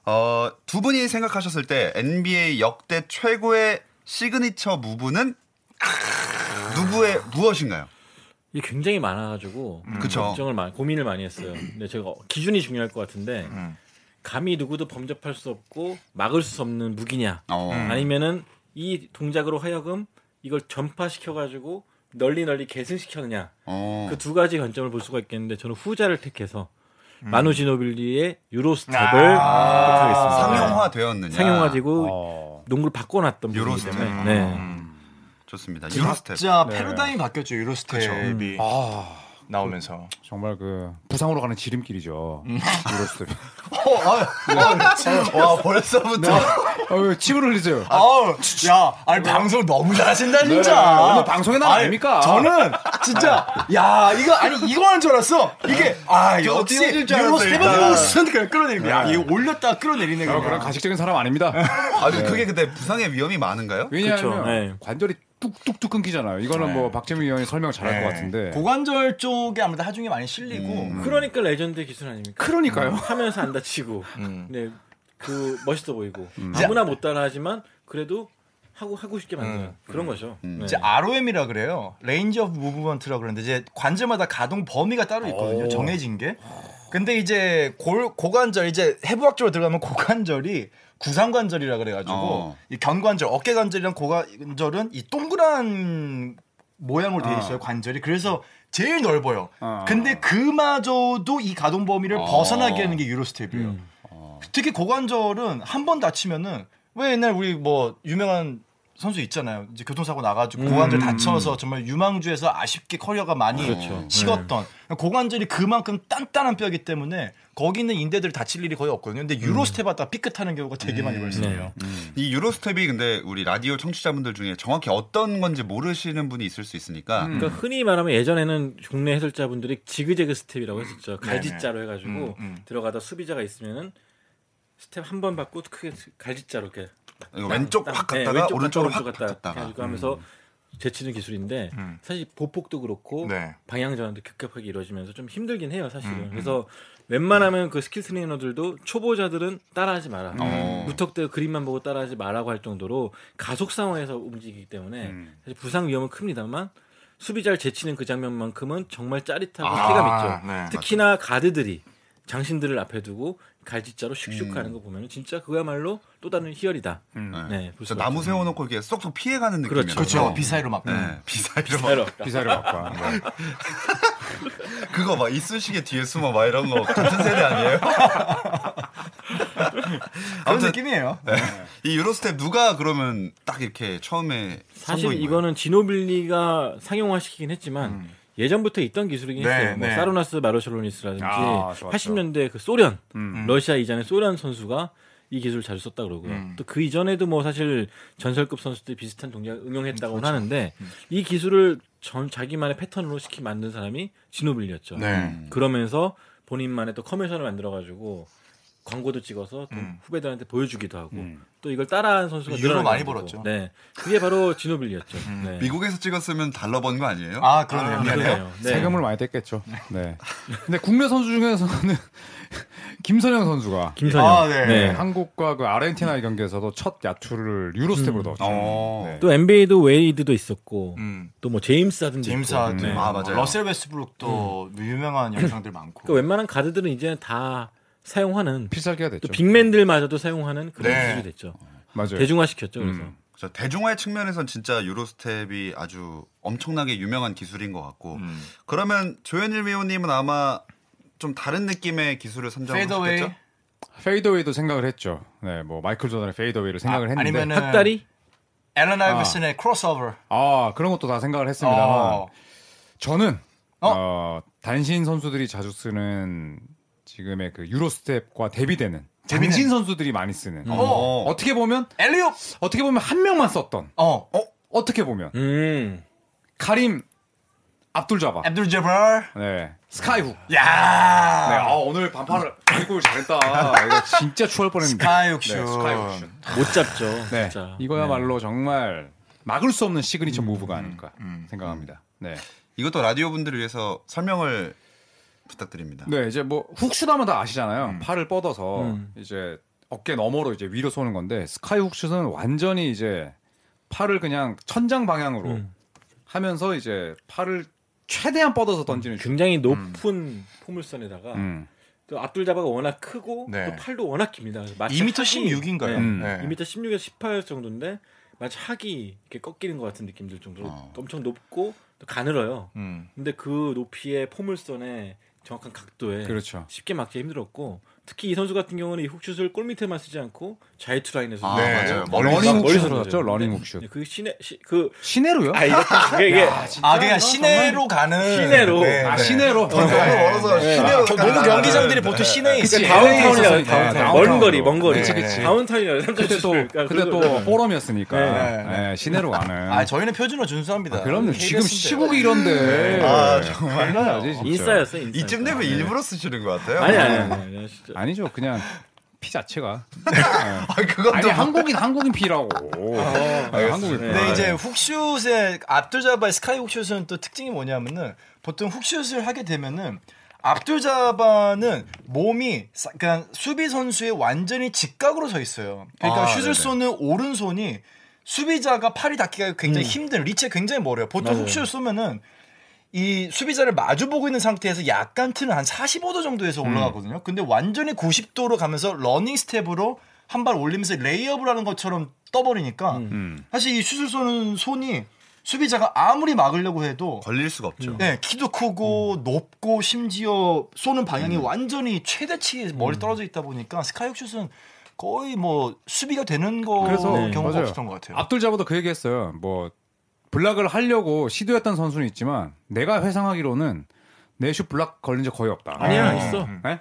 [SPEAKER 3] 어, 두 분이 생각하셨을 때 NBA 역대 최고의 시그니처 무브는 누구의 무엇인가요?
[SPEAKER 5] 이게 굉장히 많아가지고
[SPEAKER 3] 음. 그쵸.
[SPEAKER 5] 걱정을 많이 고민을 많이 했어요. 근데 제가 기준이 중요할 것 같은데
[SPEAKER 4] 음.
[SPEAKER 5] 감히 누구도 범접할 수 없고 막을 수 없는 무기냐
[SPEAKER 3] 어,
[SPEAKER 5] 아니면은 이 동작으로 하여금 이걸 전파시켜가지고 널리 널리 계승시켰느냐
[SPEAKER 3] 어.
[SPEAKER 5] 그 두 가지 관점을 볼 수가 있겠는데 저는 후자를 택해서
[SPEAKER 3] 음.
[SPEAKER 5] 마누지노빌리의 유로스텝을
[SPEAKER 4] 아.
[SPEAKER 5] 택하겠습니다.
[SPEAKER 3] 상용화 되었느냐?
[SPEAKER 5] 상용화되고
[SPEAKER 6] 어.
[SPEAKER 5] 농구를 바꿔놨던 부분이기
[SPEAKER 3] 유로스텝. 음.
[SPEAKER 5] 때문에 네.
[SPEAKER 3] 좋습니다. 유로스텝. 음.
[SPEAKER 4] 진짜 패러다임이 바뀌었죠 유로스텝이
[SPEAKER 6] 아
[SPEAKER 4] 나오면서.
[SPEAKER 6] 정말 그 부상으로 가는 지름길이죠. 유로스텝.
[SPEAKER 4] 어, 아,
[SPEAKER 3] 와 벌써부터
[SPEAKER 6] 아유 침을 흘리세요.
[SPEAKER 4] 네. 아우, 야, 아니 방송 너무 잘하신다 진짜.
[SPEAKER 6] 네, 오늘 방송에 나가면
[SPEAKER 4] 아니,
[SPEAKER 6] 됩니까?
[SPEAKER 4] 저는 진짜, 야, 이거 아니 이거 하는 줄 알았어. 이게 아
[SPEAKER 3] 저
[SPEAKER 4] 역시
[SPEAKER 3] 뛰어질 줄 알았어, 일단.
[SPEAKER 4] 유로스텝은 그냥 끌어내리는 거야.
[SPEAKER 6] 네.
[SPEAKER 4] 이거 올렸다 끌어내리는
[SPEAKER 6] 저
[SPEAKER 4] 거야.
[SPEAKER 6] 그런 가식적인 사람 아닙니다.
[SPEAKER 3] 아니 그게 근데 부상의 위험이 많은가요?
[SPEAKER 6] 왜냐하면
[SPEAKER 5] 그쵸, 네.
[SPEAKER 6] 관절이 뚝뚝뚝 끊기잖아요. 이거는 뭐 박재민 위원이 설명 잘할
[SPEAKER 4] 네. 음.
[SPEAKER 6] 것 같은데.
[SPEAKER 4] 고관절 쪽에 아무래도 하중이 많이 실리고.
[SPEAKER 5] 그러니까 레전드 기술 아닙니까?
[SPEAKER 6] 그러니까요.
[SPEAKER 5] 하면서 안 다치고
[SPEAKER 4] 음.
[SPEAKER 5] 네, 그 멋있어 보이고 아무나 못 따라하지만 그래도 하고 하고 싶게 만드는
[SPEAKER 3] 음.
[SPEAKER 5] 그런 거죠. 네.
[SPEAKER 4] 이제
[SPEAKER 3] 아-
[SPEAKER 4] ROM이라 그래요. 레인지 오브 무브먼트라 그러는데 이제 관절마다 가동 범위가 따로 있거든요. 정해진 게. 근데 이제 골 고관절 이제 해부학적으로 들어가면 고관절이 구상관절이라 그래가지고
[SPEAKER 3] 어.
[SPEAKER 4] 이 견관절, 어깨관절이랑 고관절은 이 동그란 모양으로 되어 있어요 관절이. 그래서 제일 넓어요.
[SPEAKER 6] 어.
[SPEAKER 4] 근데 그마저도 이 가동 범위를 벗어나게 하는 게 유로스텝이에요. 특히 고관절은 한 번 다치면은 왜 옛날 우리 뭐 유명한 선수 있잖아요. 이제 교통사고 나가지고 고관절 다쳐서 정말 유망주에서 아쉽게 커리어가 많이 식었던 고관절이 그만큼 단단한 뼈이기 때문에 거기 있는 인대들 다칠 일이 거의 없거든요. 근데 유로스텝 하다 삐끗하는 경우가 되게 많이 발생해요.
[SPEAKER 3] 이 유로스텝이 근데 우리 라디오 청취자분들 중에 정확히 어떤 건지 모르시는 분이 있을 수 있으니까
[SPEAKER 5] 그러니까 흔히 말하면 예전에는 국내 해설자분들이 지그재그 스텝이라고
[SPEAKER 3] 음.
[SPEAKER 5] 했었죠. 갈짓자로 해가지고
[SPEAKER 4] 음, 음.
[SPEAKER 5] 들어가다 수비자가 있으면은 스텝 한 번 받고 크게 갈짓자로 이렇게
[SPEAKER 3] 이거 왼쪽
[SPEAKER 5] 딱,
[SPEAKER 3] 확
[SPEAKER 5] 네,
[SPEAKER 3] 갔다가
[SPEAKER 5] 왼쪽
[SPEAKER 3] 오른쪽으로
[SPEAKER 5] 갔다, 네.
[SPEAKER 3] 확
[SPEAKER 5] 오른쪽 갔다
[SPEAKER 3] 갔다가
[SPEAKER 5] 해가지고 하면서 제치는 기술인데
[SPEAKER 4] 음.
[SPEAKER 5] 사실 보폭도 그렇고
[SPEAKER 4] 네.
[SPEAKER 5] 방향 전환도 급격하게 이루어지면서 좀 힘들긴 해요 사실은
[SPEAKER 4] 음,
[SPEAKER 5] 그래서 웬만하면 그 스킬 트레이너들도 초보자들은 따라하지 마라
[SPEAKER 3] 어.
[SPEAKER 5] 무턱대고 그림만 보고 따라하지 마라고 할 정도로 가속 상황에서 움직이기 때문에
[SPEAKER 4] 음.
[SPEAKER 5] 사실 부상 위험은 큽니다만 수비자를 제치는 그 장면만큼은 정말 짜릿하고
[SPEAKER 4] 아,
[SPEAKER 5] 쾌감 있죠
[SPEAKER 4] 네.
[SPEAKER 5] 특히나 가드들이 장신들을 앞에 두고 갈짓자로
[SPEAKER 4] 음.
[SPEAKER 5] 슉슉 하는 거 보면 은 진짜 그야말로 또 다른 희열이다
[SPEAKER 3] 네.
[SPEAKER 5] 네,
[SPEAKER 3] 그래서 나무 세워놓고 이렇게 쏙쏙 피해가는 느낌이에요.
[SPEAKER 5] 그렇죠. 음.
[SPEAKER 4] 그렇죠. 비사이로 막.
[SPEAKER 3] 네, 비사이로 막
[SPEAKER 5] 새로.
[SPEAKER 6] 기사를 네. 바꿔.
[SPEAKER 3] 그거 막 이쑤시개 뒤에 숨어 막 이런 거 같은 세대 아니에요?
[SPEAKER 4] 그런
[SPEAKER 3] 아무튼 네.
[SPEAKER 4] 느낌이에요.
[SPEAKER 3] 이 유로스텝 누가 그러면 딱 이렇게 처음에
[SPEAKER 5] 사실
[SPEAKER 3] 선보인 거예요?
[SPEAKER 5] 이거는 지노빌리가 상용화시키긴 했지만 예전부터 있던 기술이긴
[SPEAKER 4] 네,
[SPEAKER 5] 했어요. 뭐
[SPEAKER 4] 네.
[SPEAKER 5] 사르나스 마르셜로니스라든지
[SPEAKER 6] 아, 좋았죠.
[SPEAKER 5] 80년대 그 소련 러시아 이전의 소련 선수가 이 기술 을 자주 썼다 그러고요. 또 그 이전에도 뭐 사실 전설급 선수들이 비슷한 동작 응용했다고 는 하는데 이 기술을 전 자기만의 패턴으로 시키 만든 사람이 지노빌리였죠.
[SPEAKER 4] 네.
[SPEAKER 5] 그러면서 본인만의 또 커미션을 만들어가지고 광고도 찍어서 또 후배들한테 보여주기도 하고 또 이걸 따라한 선수가
[SPEAKER 4] 유로
[SPEAKER 5] 늘어나게
[SPEAKER 4] 음. 많이
[SPEAKER 5] 만들고.
[SPEAKER 4] 벌었죠.
[SPEAKER 5] 네, 그게 바로 지노빌리였죠. 네.
[SPEAKER 3] 미국에서 찍었으면 달러 번 거 아니에요?
[SPEAKER 4] 아 그러네요. 미안해요.
[SPEAKER 5] 그러네요. 네.
[SPEAKER 6] 세금을 많이 뗐겠죠. 네. 근데 국내 선수 중에서는 김선영 선수가
[SPEAKER 5] 김선영.
[SPEAKER 4] 아, 네.
[SPEAKER 5] 네.
[SPEAKER 6] 한국과 그 아르헨티나 경기에서도 첫 야투를 유로스텝으로 넣었죠.
[SPEAKER 3] 어.
[SPEAKER 6] 네.
[SPEAKER 5] 또 NBA도 웨이드도 있었고
[SPEAKER 4] 음.
[SPEAKER 5] 또 뭐 제임스 하든
[SPEAKER 4] 제임스 하든,
[SPEAKER 5] 네.
[SPEAKER 3] 아,
[SPEAKER 4] 뭐
[SPEAKER 3] 맞아요. 음.
[SPEAKER 4] 러셀 웨스브룩도 유명한 영상들 많고.
[SPEAKER 5] 그러니까 웬만한 가드들은 이제 다 사용하는
[SPEAKER 6] 필살기가 됐죠.
[SPEAKER 5] 또 빅맨들마저도 사용하는 그런
[SPEAKER 4] 네. 음.
[SPEAKER 5] 기술이 됐죠.
[SPEAKER 6] 맞아요.
[SPEAKER 5] 대중화 시켰죠. 그래서
[SPEAKER 3] 그래서 대중화의 측면에선 진짜 유로스텝이 아주 엄청나게 유명한 기술인 것 같고
[SPEAKER 5] 음.
[SPEAKER 3] 그러면 조현일 위원님은 아마 좀 다른 느낌의 기술을
[SPEAKER 4] 페이더웨이
[SPEAKER 3] 선정하셨겠죠?
[SPEAKER 6] 페이더웨이도 생각을 했죠. 네, 뭐 마이클 조던의 페이더웨이를 생각을
[SPEAKER 4] 아,
[SPEAKER 6] 했는데
[SPEAKER 4] 아니면은-
[SPEAKER 5] 학다리
[SPEAKER 4] 앨런 아이버슨의 크로스오버.
[SPEAKER 6] 아 그런 것도 다 생각을 했습니다만
[SPEAKER 4] 어.
[SPEAKER 6] 저는
[SPEAKER 4] 어?
[SPEAKER 6] 어? 단신 선수들이 자주 쓰는 지금의 그 유로스텝과 대비되는 음.
[SPEAKER 4] 대비되는.
[SPEAKER 6] 단신 선수들이 많이 쓰는
[SPEAKER 4] 어.
[SPEAKER 3] 어.
[SPEAKER 6] 어떻게 보면
[SPEAKER 4] 엘리오.
[SPEAKER 6] 어떻게 보면 한 명만 썼던
[SPEAKER 4] 어.
[SPEAKER 6] 어떻게 보면
[SPEAKER 5] 음.
[SPEAKER 6] 카림 압둘 자바
[SPEAKER 4] 앱둘 제발.
[SPEAKER 6] 네 음. 스카이훅
[SPEAKER 4] 야.
[SPEAKER 6] 네, 아, 오늘 반팔을 입고 잘했다 이거 진짜 추월 뻔했는데
[SPEAKER 4] 스카이훅슛.
[SPEAKER 6] 네, 스카이훅슛.
[SPEAKER 4] 아.
[SPEAKER 5] 못 잡죠.
[SPEAKER 6] 네, 음,
[SPEAKER 5] 진짜.
[SPEAKER 6] 이거야말로 정말 막을 수 없는 시그니처 무브가 아닐까 생각합니다 네.
[SPEAKER 3] 이것도 라디오 분들을 위해서 설명을 부탁드립니다.
[SPEAKER 6] 네, 이제 뭐 훅슛하면 다 아시잖아요. 팔을 뻗어서 이제 어깨 너머로 이제 위로 쏘는 건데 스카이 훅슛은 완전히 이제 팔을 그냥 천장 방향으로
[SPEAKER 5] 음.
[SPEAKER 6] 하면서 이제 팔을 최대한 뻗어서 던지는 슛.
[SPEAKER 5] 굉장히 높은
[SPEAKER 4] 음.
[SPEAKER 5] 포물선에다가
[SPEAKER 6] 음.
[SPEAKER 5] 또 앞둘자바가 워낙 크고
[SPEAKER 4] 네.
[SPEAKER 5] 또 팔도 워낙 깁니다. 그래서 마치
[SPEAKER 4] 2m
[SPEAKER 5] 하기-
[SPEAKER 4] 16인가요?
[SPEAKER 5] 네.
[SPEAKER 6] 음.
[SPEAKER 4] 네.
[SPEAKER 5] 2m 16에서 18 정도인데 마치 학이 이렇게 꺾이는 것 같은 느낌들 정도로
[SPEAKER 3] 어.
[SPEAKER 5] 엄청 높고 또 가늘어요.
[SPEAKER 4] 음.
[SPEAKER 5] 근데 그 높이의 포물선에 정확한 각도에
[SPEAKER 6] 그렇죠.
[SPEAKER 5] 쉽게 맞기 힘들었고 특히 이 선수 같은 경우는 이 훅슛을 골밑에만 쓰지 않고 자유투 라인에서
[SPEAKER 3] 아,
[SPEAKER 4] 네.
[SPEAKER 3] 맞아요.
[SPEAKER 6] 러닝
[SPEAKER 3] 멀리서
[SPEAKER 5] 훅
[SPEAKER 6] 훅슛으로
[SPEAKER 5] 던져요.
[SPEAKER 6] 갔죠, 러닝
[SPEAKER 5] 네.
[SPEAKER 6] 훅슛.
[SPEAKER 5] 네, 그 시내 시, 그
[SPEAKER 6] 시내로요?
[SPEAKER 5] 아, 이게 그게 이게
[SPEAKER 4] 아 그냥 시내로 가는.
[SPEAKER 5] 어, 시내로.
[SPEAKER 6] 아, 네. 시내로.
[SPEAKER 5] 네.
[SPEAKER 3] 너무
[SPEAKER 4] 네.
[SPEAKER 3] 멀어서 시내로
[SPEAKER 4] 모든 아, 경기장들이 보통 시내에
[SPEAKER 6] 그치.
[SPEAKER 4] 있어요.
[SPEAKER 5] 다운타운이라고
[SPEAKER 6] 네,
[SPEAKER 5] 다운타운.
[SPEAKER 6] 다운타운으로.
[SPEAKER 5] 먼 거리, 먼 거리.
[SPEAKER 6] 그치, 그치.
[SPEAKER 5] 다운타운이라고
[SPEAKER 6] 그때 또
[SPEAKER 5] 그러니까
[SPEAKER 6] 그때 또 포럼이었으니까
[SPEAKER 5] 네,
[SPEAKER 6] 네, 시내로 가는. 아,
[SPEAKER 4] 아 저희는 표준어 준수합니다.
[SPEAKER 6] 그럼요. 지금
[SPEAKER 4] KBS 인데.
[SPEAKER 6] 시국이 이런데. 네.
[SPEAKER 3] 아, 정말.
[SPEAKER 6] 나야지 진짜.
[SPEAKER 5] 인싸였어, 인싸.
[SPEAKER 3] 네. 이쯤 되면
[SPEAKER 4] 네.
[SPEAKER 3] 일부러 쓰시는 것 같아요.
[SPEAKER 5] 아니 아니 아니. 아니, 진짜.
[SPEAKER 6] 아니죠, 그냥 피 자체가.
[SPEAKER 3] 아, 그것도
[SPEAKER 6] 아니 한국인 한국인 피라고.
[SPEAKER 5] 아, 어.
[SPEAKER 3] 알겠습니다.
[SPEAKER 6] 한국인.
[SPEAKER 5] 네.
[SPEAKER 6] 피.
[SPEAKER 4] 근데 이제 훅슛의 압둘자바의 스카이 훅슛은 또 특징이 뭐냐면은 보통 훅슛을 하게 되면은 압둘자바는 몸이 사- 그러니까 수비 선수의 완전히 직각으로 서 있어요. 그러니까
[SPEAKER 3] 아, 네네.
[SPEAKER 4] 슛을 쏘는 오른손이 수비자가 팔이 닿기가 굉장히 힘든 리치 굉장히 멀어요. 보통
[SPEAKER 5] 맞아요.
[SPEAKER 4] 훅슛 쏘면은 이 수비자를 마주 보고 있는 상태에서 약간 틀은 한 45도 정도에서 올라가거든요. 근데 완전히 90도로 가면서 러닝 스텝으로 한 발 올리면서 레이업을 하는 것처럼 떠버리니까
[SPEAKER 6] 음.
[SPEAKER 4] 사실 이 슛을 쏘는 손이 수비자가 아무리 막으려고 해도
[SPEAKER 3] 걸릴 수가 없죠.
[SPEAKER 5] 음.
[SPEAKER 4] 네, 키도 크고
[SPEAKER 6] 음.
[SPEAKER 4] 높고 심지어 쏘는 방향이 완전히 최대치
[SPEAKER 6] 음.
[SPEAKER 4] 멀리 떨어져 있다 보니까 스카이옥슛은 거의 뭐 수비가 되는 거
[SPEAKER 6] 그래서
[SPEAKER 5] 네,
[SPEAKER 4] 경우가
[SPEAKER 6] 맞아요.
[SPEAKER 4] 없었던 것 같아요.
[SPEAKER 6] 압둘 자보도 그 얘기했어요. 뭐 블락을 하려고 시도했던 선수는 있지만 내가 회상하기로는 내 슛 블락 걸린 적 거의 없다.
[SPEAKER 5] 아니야 있어.
[SPEAKER 6] 예?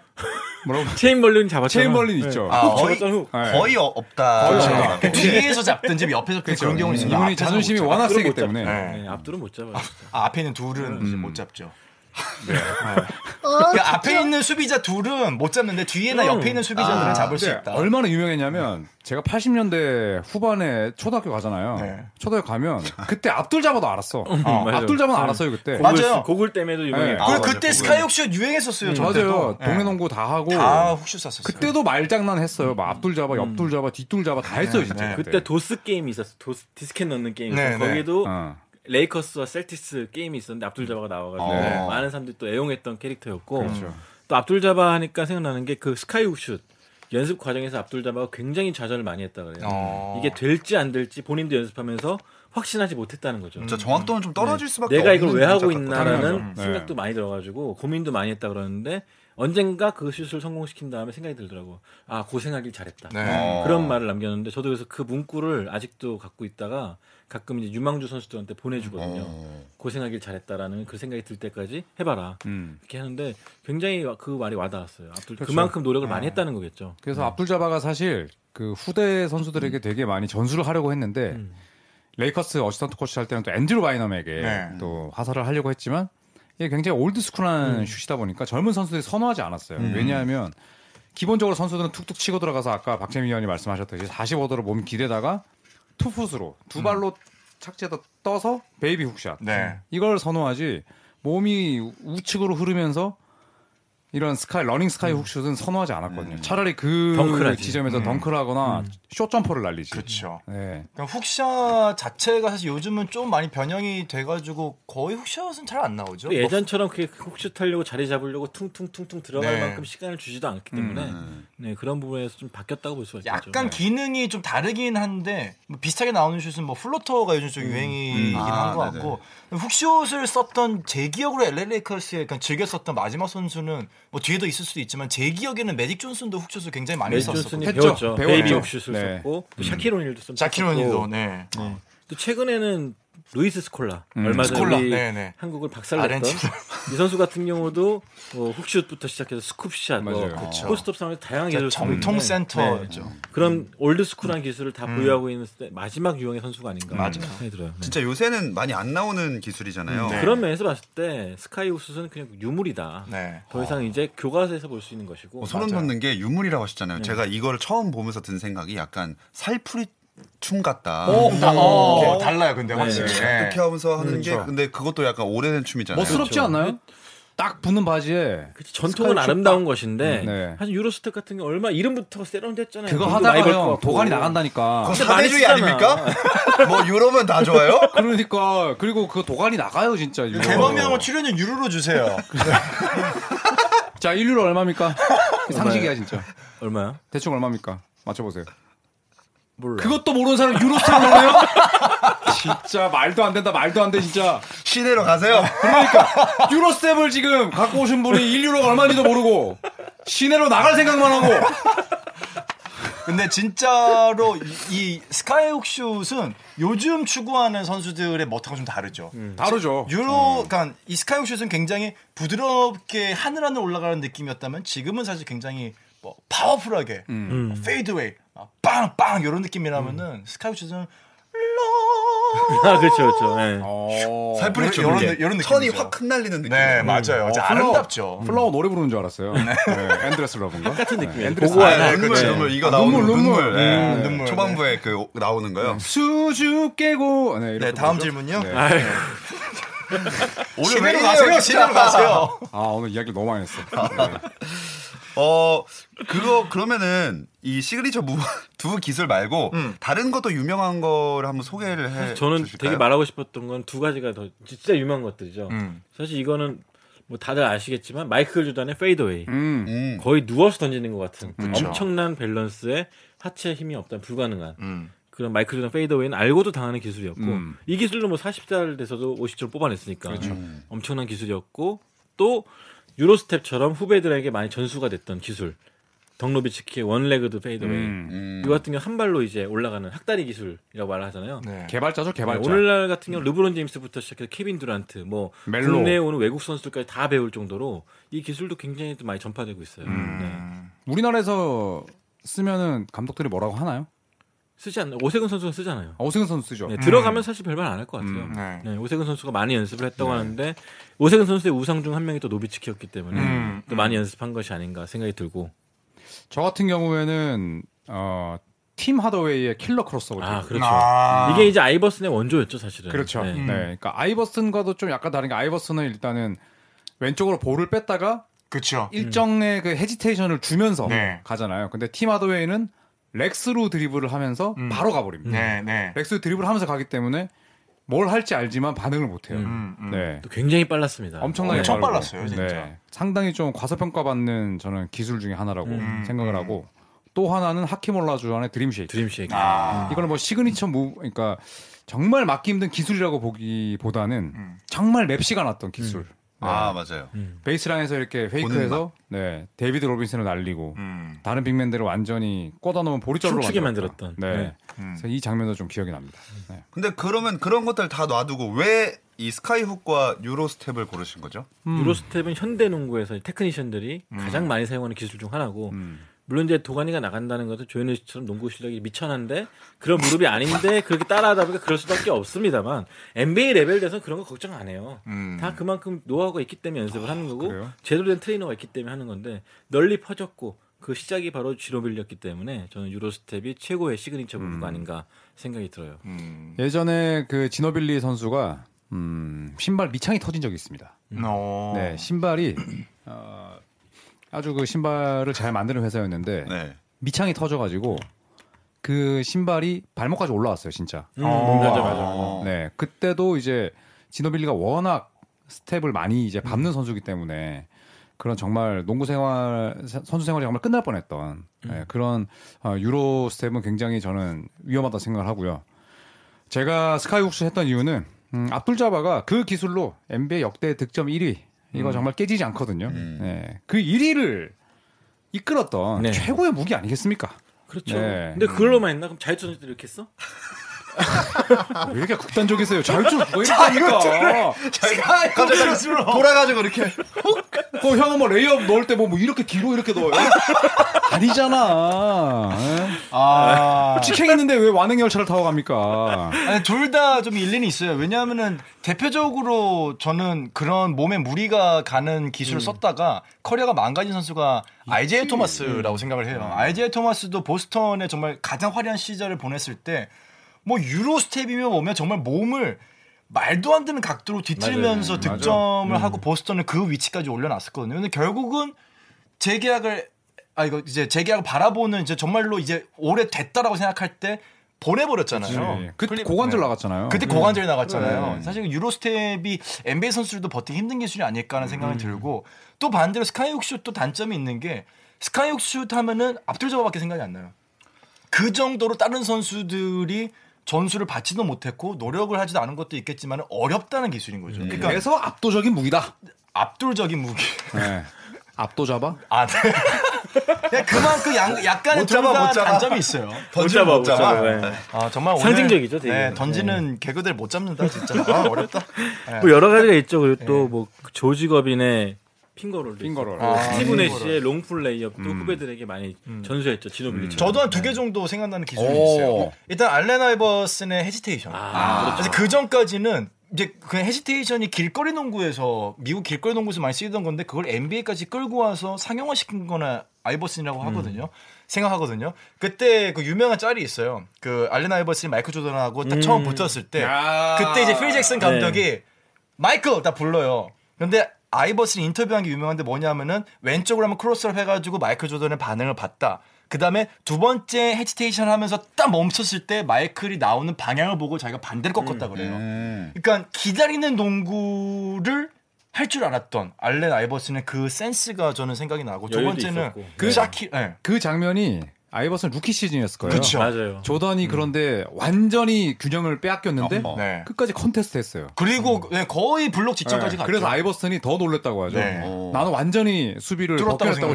[SPEAKER 6] 뭐라고?
[SPEAKER 5] 체인벌린 잡았잖아.
[SPEAKER 6] 체인벌린
[SPEAKER 5] 네.
[SPEAKER 6] 있죠.
[SPEAKER 4] 아,
[SPEAKER 3] 거의,
[SPEAKER 5] 저거 후.
[SPEAKER 6] 네.
[SPEAKER 3] 거의 어- 없다.
[SPEAKER 6] 거의 없다. 네. 그렇죠.
[SPEAKER 3] 생각하고.
[SPEAKER 4] 네. 뒤에서 잡든지 옆에서 잡든지 그런 경우는 있습니다.
[SPEAKER 6] 이분이
[SPEAKER 4] 앞에서
[SPEAKER 6] 자존심이
[SPEAKER 4] 못 잡아요.
[SPEAKER 6] 워낙
[SPEAKER 5] 앞들은
[SPEAKER 6] 세기
[SPEAKER 5] 못 잡죠.
[SPEAKER 6] 때문에
[SPEAKER 4] 네.
[SPEAKER 5] 네, 앞들은 못 잡아.
[SPEAKER 4] 아, 앞에 있는 둘은 이제
[SPEAKER 6] 음.
[SPEAKER 4] 못 잡죠.
[SPEAKER 6] 네.
[SPEAKER 7] 어,
[SPEAKER 4] 그러니까 앞에 있는 수비자 둘은 못 잡는데 뒤에나
[SPEAKER 5] 음.
[SPEAKER 4] 옆에 있는 수비자들은
[SPEAKER 6] 아,
[SPEAKER 4] 잡을 수
[SPEAKER 6] 근데
[SPEAKER 4] 있다.
[SPEAKER 6] 얼마나 유명했냐면 제가 80년대 후반에 초등학교 가잖아요.
[SPEAKER 4] 네.
[SPEAKER 6] 초등학교 가면 그때 압둘 자보도 알았어.
[SPEAKER 5] 어, 맞아.
[SPEAKER 6] 압둘 자보는 알았어요 그때.
[SPEAKER 4] 고- 맞아요.
[SPEAKER 5] 네. 고글 때문에도 유명해.
[SPEAKER 6] 네.
[SPEAKER 4] 그리고
[SPEAKER 3] 아, 맞아요.
[SPEAKER 4] 그때
[SPEAKER 3] 그거는-
[SPEAKER 4] 스카이옥슛 유행했었어요.
[SPEAKER 6] 음,
[SPEAKER 4] 저
[SPEAKER 6] 맞아요.
[SPEAKER 4] 때도. 예.
[SPEAKER 6] 동네 농구 다 하고
[SPEAKER 4] 다 훅슛 쐈었어요.
[SPEAKER 6] 그때도 말장난 했어요. 막 앞둘 잡아, 옆둘 잡아, 뒤둘 잡아 다 했어요 진짜.
[SPEAKER 4] 네.
[SPEAKER 5] 그때 도스 게임이 있었어. 도스 디스켓 넣는 게임.
[SPEAKER 4] 네,
[SPEAKER 5] 있었어.
[SPEAKER 4] 네.
[SPEAKER 5] 거기도
[SPEAKER 6] 어.
[SPEAKER 5] 레이커스와 셀틱스 게임이 있었는데 압둘자바가 나와가지고
[SPEAKER 3] 네.
[SPEAKER 5] 많은 사람들이 또 애용했던 캐릭터였고
[SPEAKER 6] 그렇죠.
[SPEAKER 5] 또 압둘자바 하니까 생각나는 게 그 스카이훅슛 연습 과정에서 압둘자바가 굉장히 좌절을 많이 했다 그래요.
[SPEAKER 4] 어.
[SPEAKER 5] 이게 될지 안 될지 본인도 연습하면서 확신하지 못했다는 거죠.
[SPEAKER 3] 진짜 정확도는 좀 떨어질 수밖에
[SPEAKER 5] 내가 이걸
[SPEAKER 3] 없는
[SPEAKER 5] 왜 하고
[SPEAKER 3] 동작 같거든요.
[SPEAKER 5] 있나라는
[SPEAKER 6] 네.
[SPEAKER 5] 생각도 많이 들어가지고 고민도 많이 했다 그러는데 언젠가 그 슛을 성공시킨 다음에 생각이 들더라고. 아 고생하길 잘했다.
[SPEAKER 4] 네.
[SPEAKER 3] 어.
[SPEAKER 5] 그런 말을 남겼는데 저도 그래서 그 문구를 아직도 갖고 있다가 가끔 이제 유망주 선수들한테 보내주거든요.
[SPEAKER 3] 어.
[SPEAKER 5] 고생하길 잘했다라는 그 생각이 들 때까지 해봐라
[SPEAKER 6] 음.
[SPEAKER 5] 이렇게 하는데 굉장히 그 말이 와닿았어요. 앞둘 그만큼 노력을 많이 했다는 거겠죠.
[SPEAKER 6] 그래서
[SPEAKER 4] 음.
[SPEAKER 6] 압둘 자바가 사실 그 후대 선수들에게 되게 많이 전수를 하려고
[SPEAKER 4] 음.
[SPEAKER 6] 했는데 레이커스 어시스턴트 코치 할 때는 또 앤드류 바이넘에게
[SPEAKER 4] 네.
[SPEAKER 6] 또 화살을 하려고 했지만 이게 굉장히 올드스쿨한
[SPEAKER 4] 음.
[SPEAKER 6] 슛이다 보니까 젊은 선수들이 선호하지 않았어요. 왜냐하면 기본적으로 선수들은 툭툭 치고 들어가서 아까 박재민 위원이 말씀하셨듯이 45도로 몸 기대다가 투풋으로 두 발로 착지에다 떠서 베이비 훅샷
[SPEAKER 4] 음. 네.
[SPEAKER 6] 이걸 선호하지 몸이 우측으로 흐르면서 이런 스카이 러닝 스카이
[SPEAKER 4] 음.
[SPEAKER 6] 훅슛은 선호하지 않았거든요. 차라리 그
[SPEAKER 5] 덩크를 하지.
[SPEAKER 6] 지점에서 덩크하거나 를 쇼점퍼를 날리지.
[SPEAKER 4] 음. 그렇죠.
[SPEAKER 6] 네.
[SPEAKER 4] 그러니까 훅샷 자체가 사실 요즘은 좀 많이 변형이 돼가지고 거의 훅샷은 잘 안 나오죠. 뭐
[SPEAKER 5] 또 예전처럼 그게 혹슛하려고 자리 잡으려고 퉁퉁퉁퉁 들어갈
[SPEAKER 4] 네. 음.
[SPEAKER 5] 만큼 시간을 주지도 않기 때문에
[SPEAKER 3] 어.
[SPEAKER 5] 네, 그런 부분에서 좀 바뀌었다고 볼 수가 있죠. 네.
[SPEAKER 4] 약간 기능이 좀 다르긴 한데 뭐 비슷하게 나오는 슛은 뭐 플로터가 요즘 좀 유행이긴
[SPEAKER 3] 음.
[SPEAKER 4] 한
[SPEAKER 3] 아,
[SPEAKER 4] 것
[SPEAKER 3] 네네.
[SPEAKER 4] 같고 훅슛을 썼던 제 기억으로 LA 레이커스에 그 즐겨 썼던 마지막 선수는 뭐 뒤에도 있을 수도 있지만 제 기억에는 매직 존슨도 훅슛을 굉장히 많이
[SPEAKER 5] 메이
[SPEAKER 4] 썼었고 음.
[SPEAKER 5] 존슨이
[SPEAKER 6] 했죠.
[SPEAKER 5] 배웠죠.
[SPEAKER 6] 배웠죠.
[SPEAKER 5] 베이비 옥슛을
[SPEAKER 6] 네.
[SPEAKER 5] 썼고 또 샤키로닐도 썼고
[SPEAKER 4] 자키로니도 네.
[SPEAKER 5] 또 최근에는 루이스 스콜라
[SPEAKER 6] 음.
[SPEAKER 5] 얼마 전에
[SPEAKER 4] 스콜라,
[SPEAKER 5] 우리
[SPEAKER 4] 네네.
[SPEAKER 5] 한국을 박살냈던
[SPEAKER 4] 아르헨티나.
[SPEAKER 5] 이 선수 같은 경우도 어, 훅슛부터 시작해서 스쿱샷, 뭐
[SPEAKER 6] 맞아요.
[SPEAKER 4] 그쵸.
[SPEAKER 5] 포스트업 상황에서 다양한
[SPEAKER 4] 진짜
[SPEAKER 5] 기술을
[SPEAKER 4] 정통
[SPEAKER 5] 쓰는데, 네.
[SPEAKER 4] 센터죠. 음.
[SPEAKER 5] 그런 올드스쿨한 기술을 다 보유하고 있는 세- 마지막 유형의 선수가 아닌가
[SPEAKER 4] 맞아요.
[SPEAKER 5] 생각이 들어요. 네.
[SPEAKER 3] 진짜 요새는 많이 안 나오는 기술이잖아요.
[SPEAKER 4] 네.
[SPEAKER 5] 그런 면에서 봤을 때 스카이 우스는 그냥 유물이다.
[SPEAKER 4] 네.
[SPEAKER 5] 더
[SPEAKER 6] 어.
[SPEAKER 5] 이상 이제 교과서에서 볼 수 있는 것이고
[SPEAKER 6] 뭐
[SPEAKER 3] 어, 소름 돋는 게 유물이라고
[SPEAKER 4] 네.
[SPEAKER 3] 하셨잖아요. 제가 이걸 처음 보면서 든 생각이 약간 살풀이 춤 같다.
[SPEAKER 4] 오, 다, 어, 달라요 근데 확실히. 네. 뭐
[SPEAKER 3] 이렇게 하면서 하는 게 근데 그것도 약간 오래된 춤이잖아요.
[SPEAKER 6] 뭐 멋스럽지 않나요? 딱 붙는 바지에
[SPEAKER 5] 그치, 전통은
[SPEAKER 6] 스카이
[SPEAKER 5] 아름다운
[SPEAKER 6] 슈퍼.
[SPEAKER 5] 것인데
[SPEAKER 6] 네.
[SPEAKER 5] 사실 유로스텝 같은 게 얼마 이름부터 세련됐잖아요.
[SPEAKER 6] 그거
[SPEAKER 5] 돈도 많이 벌것
[SPEAKER 6] 하다가요
[SPEAKER 5] 같고.
[SPEAKER 6] 도관이 나간다니까.
[SPEAKER 3] 그거
[SPEAKER 5] 많이
[SPEAKER 3] 사내주의
[SPEAKER 5] 쓰잖아.
[SPEAKER 3] 아닙니까? 뭐 유럽은 다 좋아요?
[SPEAKER 6] 그러니까 그리고 그 도관이 나가요 진짜. 이거.
[SPEAKER 4] 네. 대범명을 출연료 유료로 주세요.
[SPEAKER 6] 자 일률 얼마입니까? 그 상식이야 진짜.
[SPEAKER 5] 얼마야?
[SPEAKER 6] 대충 얼마입니까? 맞춰보세요.
[SPEAKER 5] 몰라.
[SPEAKER 6] 그것도 모르는 사람 유로스를 넣어요? 진짜 말도 안 된다 말도 안 돼 진짜.
[SPEAKER 3] 시내로 가세요.
[SPEAKER 4] 네.
[SPEAKER 6] 그러니까 유로스텝을 지금 갖고 오신 분이 1유로가 얼마인지도 모르고 시내로 나갈 생각만 하고
[SPEAKER 4] 근데 진짜로 이, 이 스카이옥슛은 요즘 추구하는 선수들의 멋하고 좀 다르죠.
[SPEAKER 6] 다르죠.
[SPEAKER 4] 유로, 그러니까 이 스카이옥슛은 굉장히 부드럽게 하늘하늘 올라가는 느낌이었다면 지금은 사실 굉장히 뭐 파워풀하게 뭐 페이드웨이, 막 빵빵 이런 느낌이라면은 스카이옥슛은 러-
[SPEAKER 5] 아 그렇죠 그렇죠. 네.
[SPEAKER 6] 어.
[SPEAKER 3] 살풀이
[SPEAKER 4] 요런-
[SPEAKER 3] 춤.
[SPEAKER 4] 요런-
[SPEAKER 3] 이렇게
[SPEAKER 4] 요런
[SPEAKER 3] 천이
[SPEAKER 4] 느낌이죠.
[SPEAKER 3] 확 흩날리는 느낌.
[SPEAKER 4] 네
[SPEAKER 5] 어,
[SPEAKER 4] 맞아요. 진짜
[SPEAKER 6] 플라워.
[SPEAKER 4] 아름답죠.
[SPEAKER 6] 플라워 노래 부르는 줄 알았어요. 네, 엔드레스 러브인가?
[SPEAKER 5] 음. 같은 느낌이에요.
[SPEAKER 3] 아,
[SPEAKER 5] 고고한
[SPEAKER 3] 네, 눈물, 눈물 이거 나오는
[SPEAKER 6] 눈물,
[SPEAKER 3] 눈물,
[SPEAKER 6] 눈물.
[SPEAKER 3] 네.
[SPEAKER 4] 음, 아, 눈물. 음.
[SPEAKER 3] 초반부에 그 오- 나오는 거요.
[SPEAKER 6] 수주 깨고 네, 이렇게
[SPEAKER 4] 네 다음
[SPEAKER 6] 부르죠.
[SPEAKER 4] 질문요.
[SPEAKER 6] 네.
[SPEAKER 3] 오늘
[SPEAKER 4] 시내로
[SPEAKER 3] 왜 이래요,
[SPEAKER 4] 가세요.
[SPEAKER 3] 진짜?
[SPEAKER 4] 시내로 가세요. 아,
[SPEAKER 6] 아 오늘 이야기를 너무 많이 했어. 네.
[SPEAKER 3] 어 그거 그러면은 이 시그니처 무브 두 기술 말고 다른 것도 유명한 거를 한번 소개를 해.
[SPEAKER 5] 저는
[SPEAKER 3] 네, 주실까요?
[SPEAKER 5] 되게 말하고 싶었던 건 두 가지가 더 진짜 유명한 것들이죠.
[SPEAKER 4] 음.
[SPEAKER 5] 사실 이거는 뭐 다들 아시겠지만 마이클 조단의 페이드웨이
[SPEAKER 6] 음.
[SPEAKER 3] 음.
[SPEAKER 5] 거의 누워서 던지는 것 같은
[SPEAKER 4] 그쵸.
[SPEAKER 5] 엄청난 밸런스에 하체 힘이 없다 불가능한
[SPEAKER 4] 음.
[SPEAKER 5] 그런 마이클 조단 페이더웨이는 알고도 당하는 기술이었고
[SPEAKER 6] 음.
[SPEAKER 5] 이 기술로 뭐 40살 돼서도 50점 뽑아냈으니까
[SPEAKER 3] 음.
[SPEAKER 5] 엄청난 기술이었고 또 유로스텝처럼 후배들에게 많이 전수가 됐던 기술 덕로비치키의 원레그드 페이더웨이
[SPEAKER 6] 음.
[SPEAKER 3] 음.
[SPEAKER 5] 이 같은 경우 한 발로 이제 올라가는 학다리 기술이라고 말을 하잖아요.
[SPEAKER 4] 네.
[SPEAKER 6] 개발자죠 개발자.
[SPEAKER 5] 오늘날 같은 경우 르브론 제임스부터 시작해서 케빈 듀란트 뭐
[SPEAKER 6] 멜로.
[SPEAKER 5] 국내에 오는 외국 선수들까지 다 배울 정도로 이 기술도 굉장히 또 많이 전파되고 있어요.
[SPEAKER 6] 음.
[SPEAKER 5] 네.
[SPEAKER 6] 우리나라에서 쓰면은 감독들이 뭐라고 하나요?
[SPEAKER 5] 쓰지 않나 오세근 선수가 쓰잖아요.
[SPEAKER 6] 아, 오승현 선수 쓰죠.
[SPEAKER 5] 네, 들어가면 사실 별말 안 할 것 같아요.
[SPEAKER 6] 음, 네.
[SPEAKER 4] 네.
[SPEAKER 5] 네, 오세근 선수가 많이 연습을 했다고 하는데 오세근 선수의 우상 중 한 명이 또 노비츠키였기 때문에
[SPEAKER 4] 음,
[SPEAKER 5] 또 많이 연습한 것이 아닌가 생각이 들고
[SPEAKER 6] 저 같은 경우에는 어, 팀 하더웨이의 킬러 크로스오버.
[SPEAKER 5] 아 그렇죠.
[SPEAKER 4] 아.
[SPEAKER 5] 이게 이제 아이버슨의 원조였죠 사실은.
[SPEAKER 6] 그렇죠.
[SPEAKER 5] 네.
[SPEAKER 6] 네. 그러니까 아이버슨과도 좀 약간 다른 게 아이버슨은 일단은 왼쪽으로 볼을 뺐다가
[SPEAKER 4] 그쵸.
[SPEAKER 5] 음.
[SPEAKER 6] 일정의 그 헤지테이션을 주면서
[SPEAKER 4] 네.
[SPEAKER 6] 가잖아요. 근데 팀 하더웨이는 렉스로 드리블을 하면서
[SPEAKER 4] 음.
[SPEAKER 6] 바로 가버립니다.
[SPEAKER 4] 네, 네.
[SPEAKER 6] 렉스 드리블을 하면서 가기 때문에 뭘 할지 알지만 반응을 못 해요.
[SPEAKER 5] 음.
[SPEAKER 4] 음, 음.
[SPEAKER 6] 네.
[SPEAKER 5] 또 굉장히 빨랐습니다. 네.
[SPEAKER 6] 엄청나게
[SPEAKER 4] 엄청
[SPEAKER 6] 빠르고.
[SPEAKER 4] 빨랐어요, 진짜.
[SPEAKER 6] 상당히 좀 과소평가받는 저는 기술 중에 하나라고
[SPEAKER 5] 음.
[SPEAKER 6] 생각을
[SPEAKER 4] 음.
[SPEAKER 6] 하고 또 하나는 하키몰라주안의 드림쉐이크.
[SPEAKER 5] 드림쉐이크.
[SPEAKER 4] 아.
[SPEAKER 6] 이거는 뭐 시그니처 무브 그러니까 정말 맞기 힘든 기술이라고 보기보다는
[SPEAKER 4] 음.
[SPEAKER 6] 정말 맵시가 났던 기술. 네.
[SPEAKER 3] 아 맞아요.
[SPEAKER 5] 음.
[SPEAKER 6] 베이스라인에서 이렇게 페이크해서 네 데이비드 로빈슨을 날리고
[SPEAKER 4] 음.
[SPEAKER 6] 다른 빅맨들을 완전히 꽂아놓은 보리절로
[SPEAKER 5] 춤추게
[SPEAKER 6] 만들었다.
[SPEAKER 5] 만들었던.
[SPEAKER 6] 네.
[SPEAKER 5] 네.
[SPEAKER 4] 음.
[SPEAKER 6] 그래서 이 장면도 좀 기억이 납니다. 네.
[SPEAKER 3] 근데 그러면 그런 것들 다 놔두고 왜 이 스카이훅과 유로스텝을 고르신 거죠?
[SPEAKER 5] 유로스텝은 현대 농구에서 테크니션들이 가장 많이 사용하는 기술 중 하나고
[SPEAKER 6] 음.
[SPEAKER 5] 물론 이제 도가니가 나간다는 것은 조현우 씨처럼 농구 실력이 미천한데 그런 무릎이 아닌데 그렇게 따라하다 보니까 그럴 수밖에 없습니다만 NBA 레벨 돼서 그런 거 걱정 안 해요.
[SPEAKER 4] 음.
[SPEAKER 5] 다 그만큼 노하우가 있기 때문에 연습을 하는 거고
[SPEAKER 6] 그래요?
[SPEAKER 5] 제대로 된 트레이너가 있기 때문에 하는 건데 널리 퍼졌고 그 시작이 바로 지로빌렸기 때문에 저는 유로스텝이 최고의 시그니처 무브가 아닌가 생각이 들어요.
[SPEAKER 4] 음.
[SPEAKER 6] 예전에 그 지노빌리 선수가 음, 신발 밑창이 터진 적이 있습니다.
[SPEAKER 4] 어.
[SPEAKER 6] 네, 신발이 어, 아주 그 신발을 잘 만드는 회사였는데
[SPEAKER 3] 네.
[SPEAKER 6] 밑창이 터져가지고 그 신발이 발목까지 올라왔어요, 진짜.
[SPEAKER 5] 음,
[SPEAKER 4] 어.
[SPEAKER 5] 맞아 맞아.
[SPEAKER 3] 어.
[SPEAKER 6] 네, 그때도 이제 지노빌리가 워낙 스텝을 많이 이제 밟는 선수기 때문에 그런 정말 농구 생활 사- 선수 생활이 정말 끝날 뻔했던 네, 그런 어, 유로 스텝은 굉장히 저는 위험하다 생각을 하고요. 제가 스카이훅스 했던 이유는 음, 압둘자바가 그 기술로 NBA 역대 득점 1위 이거 정말 깨지지 않거든요.
[SPEAKER 3] 음.
[SPEAKER 6] 네, 그 1위를 이끌었던
[SPEAKER 5] 네.
[SPEAKER 6] 최고의 무기 아니겠습니까?
[SPEAKER 5] 그렇죠.
[SPEAKER 6] 네.
[SPEAKER 5] 근데 그걸로만 했나? 그럼 자유투자들 이렇게 했어?
[SPEAKER 6] 왜 이렇게 극단적이세요? 자율적으로 누가 이렇게
[SPEAKER 3] 자기가 갑자기 돌아가지고 이렇게
[SPEAKER 6] 어, 형은 뭐 레이업 넣을 때 뭐 이렇게 뒤로 이렇게 넣어요? 아니잖아. 예?
[SPEAKER 4] 아.
[SPEAKER 5] 네.
[SPEAKER 6] 직행 있는데 왜 완행 열차를 타고 갑니까?
[SPEAKER 4] 아니, 둘 다 좀 일리는 있어요. 왜냐하면은 대표적으로 저는 그런 몸에 무리가 가는
[SPEAKER 5] 음.
[SPEAKER 4] 기술을 썼다가 커리어가 망가진 선수가 아이제이 토마스라고 생각을 해요.
[SPEAKER 5] 음.
[SPEAKER 4] 아이제이 토마스도 보스턴에 정말 가장 화려한 시절을 보냈을 때 뭐 유로 스텝이며 뭐며 정말 몸을 말도 안 되는 각도로 뒤틀면서
[SPEAKER 5] 맞아요. 음.
[SPEAKER 4] 득점을 하고 보스턴을 그 위치까지 올려놨었거든요. 근데 결국은 재계약을 아 이거 이제 재계약을 바라보는 이제 정말로 이제 오래 됐다라고 생각할 때 보내버렸잖아요.
[SPEAKER 6] 그
[SPEAKER 4] 클리-
[SPEAKER 6] 고관절
[SPEAKER 4] 네.
[SPEAKER 6] 나갔잖아요. 예.
[SPEAKER 4] 그때 고관절이 나갔잖아요. 사실 유로스텝이 NBA 선수들도 버티기 힘든 기술이 아닐까 하는 생각이 들고 또 반대로 스카이훅슛도 단점이 있는 게 스카이훅슛 하면은 압둘자바밖에 생각이 안 나요. 그 정도로 다른 선수들이 전술을 받지도 못했고 노력을 하지도 않은 것도 있겠지만 어렵다는 기술인 거죠. 그러니까
[SPEAKER 6] 그래서 압도적인 무기다.
[SPEAKER 4] 압둘적인 무기.
[SPEAKER 6] 네. 압도 잡아?
[SPEAKER 4] 아, 네. 그냥 그만큼 양, 약간의
[SPEAKER 3] 못 잡아,
[SPEAKER 4] 좀
[SPEAKER 3] 못
[SPEAKER 4] 다
[SPEAKER 3] 잡아.
[SPEAKER 4] 단점이 있어요.
[SPEAKER 3] 던지면 못 잡아.
[SPEAKER 5] 네.
[SPEAKER 4] 아 정말 오늘
[SPEAKER 5] 상징적이죠, 되게.
[SPEAKER 4] 네, 던지는 개그들 못 잡는다 진짜. 아, 어렵다.
[SPEAKER 5] 뭐 여러 가지가 있죠. 그리고
[SPEAKER 4] 예.
[SPEAKER 5] 또 뭐 조직업인의 핑거롤도
[SPEAKER 6] 핑거롤.
[SPEAKER 5] 있었고,
[SPEAKER 4] 아,
[SPEAKER 5] 스티븐 애쉬의 롱풀 레이업도
[SPEAKER 4] 음.
[SPEAKER 5] 후배들에게 많이 전수했죠. 지노빌리처럼.
[SPEAKER 4] 저도 한 두 개 정도 생각나는 기술이
[SPEAKER 6] 오.
[SPEAKER 4] 있어요. 일단 알렌 아이버슨의 헤지테이션.
[SPEAKER 5] 아,
[SPEAKER 4] 그래서 그 전까지는 이제 그냥 헤지테이션이 길거리 농구에서 미국 길거리 농구에서 많이 쓰이던 건데 그걸 NBA까지 끌고 와서 상용화시킨 거나 아이버슨이라고 하거든요. 생각하거든요. 그때 그 유명한 짤이 있어요. 그 알렌 아이버슨이 마이클 조던하고 딱 처음 붙었을 때
[SPEAKER 6] 예. 야.
[SPEAKER 4] 그때 이제 필 잭슨 감독이 마이클 딱 불러요. 근데 아이버슨 인터뷰한 게 유명한데 뭐냐면은 왼쪽으로 한번 크로스업 해가지고 마이클 조던의 반응을 봤다. 그 다음에 두 번째 헤지테이션 하면서 딱 멈췄을 때 마이클이 나오는 방향을 보고 자기가 반대를 꺾었다 그래요.
[SPEAKER 3] 음,
[SPEAKER 4] 그러니까 기다리는 농구를 할 줄 알았던 알렌 아이버슨의 그 센스가 저는 생각이 나고 두
[SPEAKER 5] 여유도
[SPEAKER 4] 번째는
[SPEAKER 5] 있었고.
[SPEAKER 4] 그 샤키, 예.
[SPEAKER 6] 그 장면이 아이버슨 루키 시즌이었을 거예요.
[SPEAKER 4] 그쵸.
[SPEAKER 5] 맞아요.
[SPEAKER 6] 조던이 그런데 완전히 균형을 빼앗겼는데
[SPEAKER 3] 어허.
[SPEAKER 4] 네.
[SPEAKER 6] 끝까지 컨테스트 했어요.
[SPEAKER 4] 그리고 예, 거의 블록 직전까지 갔죠.
[SPEAKER 6] 네. 그래서 아이버슨이 더 놀랬다고 하죠.
[SPEAKER 4] 네.
[SPEAKER 3] 어.
[SPEAKER 6] 나는 완전히 수비를
[SPEAKER 4] 뚫었다고
[SPEAKER 6] 벗겨냈다고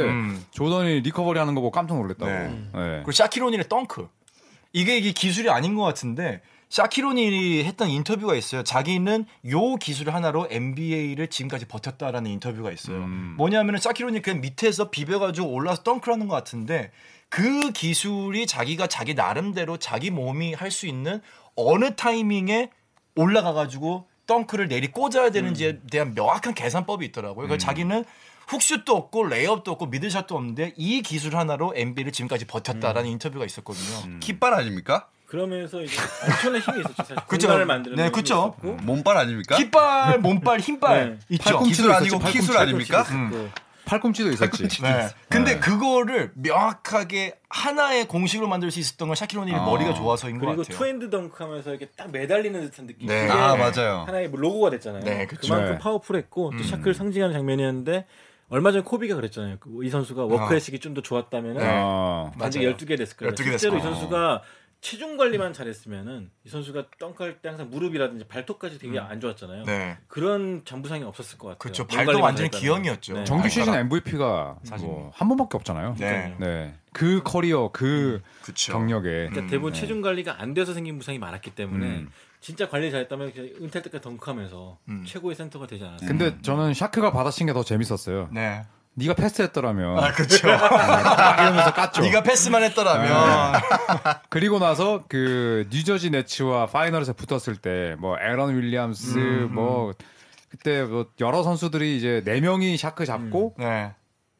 [SPEAKER 6] 생각했는데
[SPEAKER 4] 음.
[SPEAKER 6] 조던이 리커버리 하는 거 보고 깜짝 놀랐다고.
[SPEAKER 4] 네.
[SPEAKER 6] 네.
[SPEAKER 4] 그리고 샤키로닐의 덩크. 이게 이게 기술이 아닌 것 같은데 샤키로닐이 했던 인터뷰가 있어요. 자기는 요 기술 하나로 NBA를 지금까지 버텼다라는 인터뷰가 있어요. 뭐냐면은 샤키로닐 그냥 밑에서 비벼가지고 올라서 덩크하는 것 같은데 그 기술이 자기가 자기 나름대로 자기 몸이 할 수 있는 어느 타이밍에 올라가가지고 덩크를 내리 꽂아야 되는지에 대한 명확한 계산법이 있더라고요. 그러니까 자기는 훅슛도 없고 레이업도 없고 미들샷도 없는데 이 기술 하나로 NBA를 지금까지 버텼다라는 인터뷰가 있었거든요.
[SPEAKER 3] 깃발 아닙니까?
[SPEAKER 5] 그러면서 이제 엄청난 힘이 있었죠. 사실
[SPEAKER 4] 그쵸.
[SPEAKER 5] 공간을 만드는
[SPEAKER 4] 네,
[SPEAKER 5] 힘이
[SPEAKER 4] 그쵸.
[SPEAKER 5] 있었고.
[SPEAKER 3] 몸발 아닙니까?
[SPEAKER 4] 깃발, 몸빨, 힘빨
[SPEAKER 5] 네.
[SPEAKER 4] 있죠.
[SPEAKER 6] 팔꿈치.
[SPEAKER 3] 기술 아니고
[SPEAKER 6] 팔꿈치,
[SPEAKER 3] 키술 아닙니까?
[SPEAKER 5] 음.
[SPEAKER 6] 팔꿈치도 있었지.
[SPEAKER 4] 네. 근데 그거를 명확하게 하나의 공식으로 만들 수 있었던 건 샤키로니의 머리가 좋아서인 것
[SPEAKER 5] 그리고
[SPEAKER 4] 같아요.
[SPEAKER 5] 투핸드 덩크하면서 이렇게 딱 매달리는 듯한 느낌.
[SPEAKER 4] 네.
[SPEAKER 5] 그게
[SPEAKER 3] 아 맞아요.
[SPEAKER 5] 하나의 뭐 로고가 됐잖아요.
[SPEAKER 4] 네, 음. 그쵸.
[SPEAKER 5] 만큼
[SPEAKER 6] 네.
[SPEAKER 5] 파워풀했고 또 샤크를 상징하는 장면이었는데 얼마 전에 코비가 그랬잖아요. 그이 선수가 워크의식이 좀 더 좋았다면
[SPEAKER 4] 네.
[SPEAKER 5] 은
[SPEAKER 6] 어.
[SPEAKER 5] 단지
[SPEAKER 4] 맞아요.
[SPEAKER 5] 12개 됐을 거예요.
[SPEAKER 4] 12개
[SPEAKER 5] 실제로 이
[SPEAKER 4] 됐을 거예요.
[SPEAKER 5] 선수가 체중 관리만 잘했으면은 이 선수가 덩크할 때 항상 무릎이라든지 발톱까지 되게 안 좋았잖아요.
[SPEAKER 4] 네.
[SPEAKER 5] 그런 잔부상이 없었을 것 같아요.
[SPEAKER 4] 그쵸.
[SPEAKER 5] 몸
[SPEAKER 4] 발도
[SPEAKER 5] 관리만
[SPEAKER 4] 완전히
[SPEAKER 5] 잘했다면.
[SPEAKER 4] 기형이었죠.
[SPEAKER 5] 네.
[SPEAKER 6] 정규 시즌 MVP가 뭐한 번밖에 없잖아요.
[SPEAKER 4] 아, 네. 음, 그렇죠.
[SPEAKER 6] 네. 그 커리어 그
[SPEAKER 4] 그쵸.
[SPEAKER 6] 경력에
[SPEAKER 4] 네. 음,
[SPEAKER 5] 그러니까 대부분 체중 관리가 안 돼서 생긴 부상이 많았기 때문에 진짜 관리 잘했다면 그냥 은퇴할 때까지 덩크하면서
[SPEAKER 4] 음.
[SPEAKER 5] 최고의 센터가 되지 않았을까.
[SPEAKER 6] 근데 저는 샤크가 받아친 게 더 재밌었어요.
[SPEAKER 4] 네.
[SPEAKER 6] 네가 패스했더라면 네.
[SPEAKER 4] 아, 그쵸.
[SPEAKER 6] 딱 이러면서 깠죠.
[SPEAKER 4] 네가 패스만 했더라면.
[SPEAKER 6] 그리고 나서 그 뉴저지 네츠와 파이널에서 붙었을 때 뭐 에런 윌리엄스
[SPEAKER 5] 음,
[SPEAKER 6] 뭐 그때 뭐 여러 선수들이 이제 네 명이 샤크
[SPEAKER 5] 음.
[SPEAKER 6] 잡고
[SPEAKER 4] 네.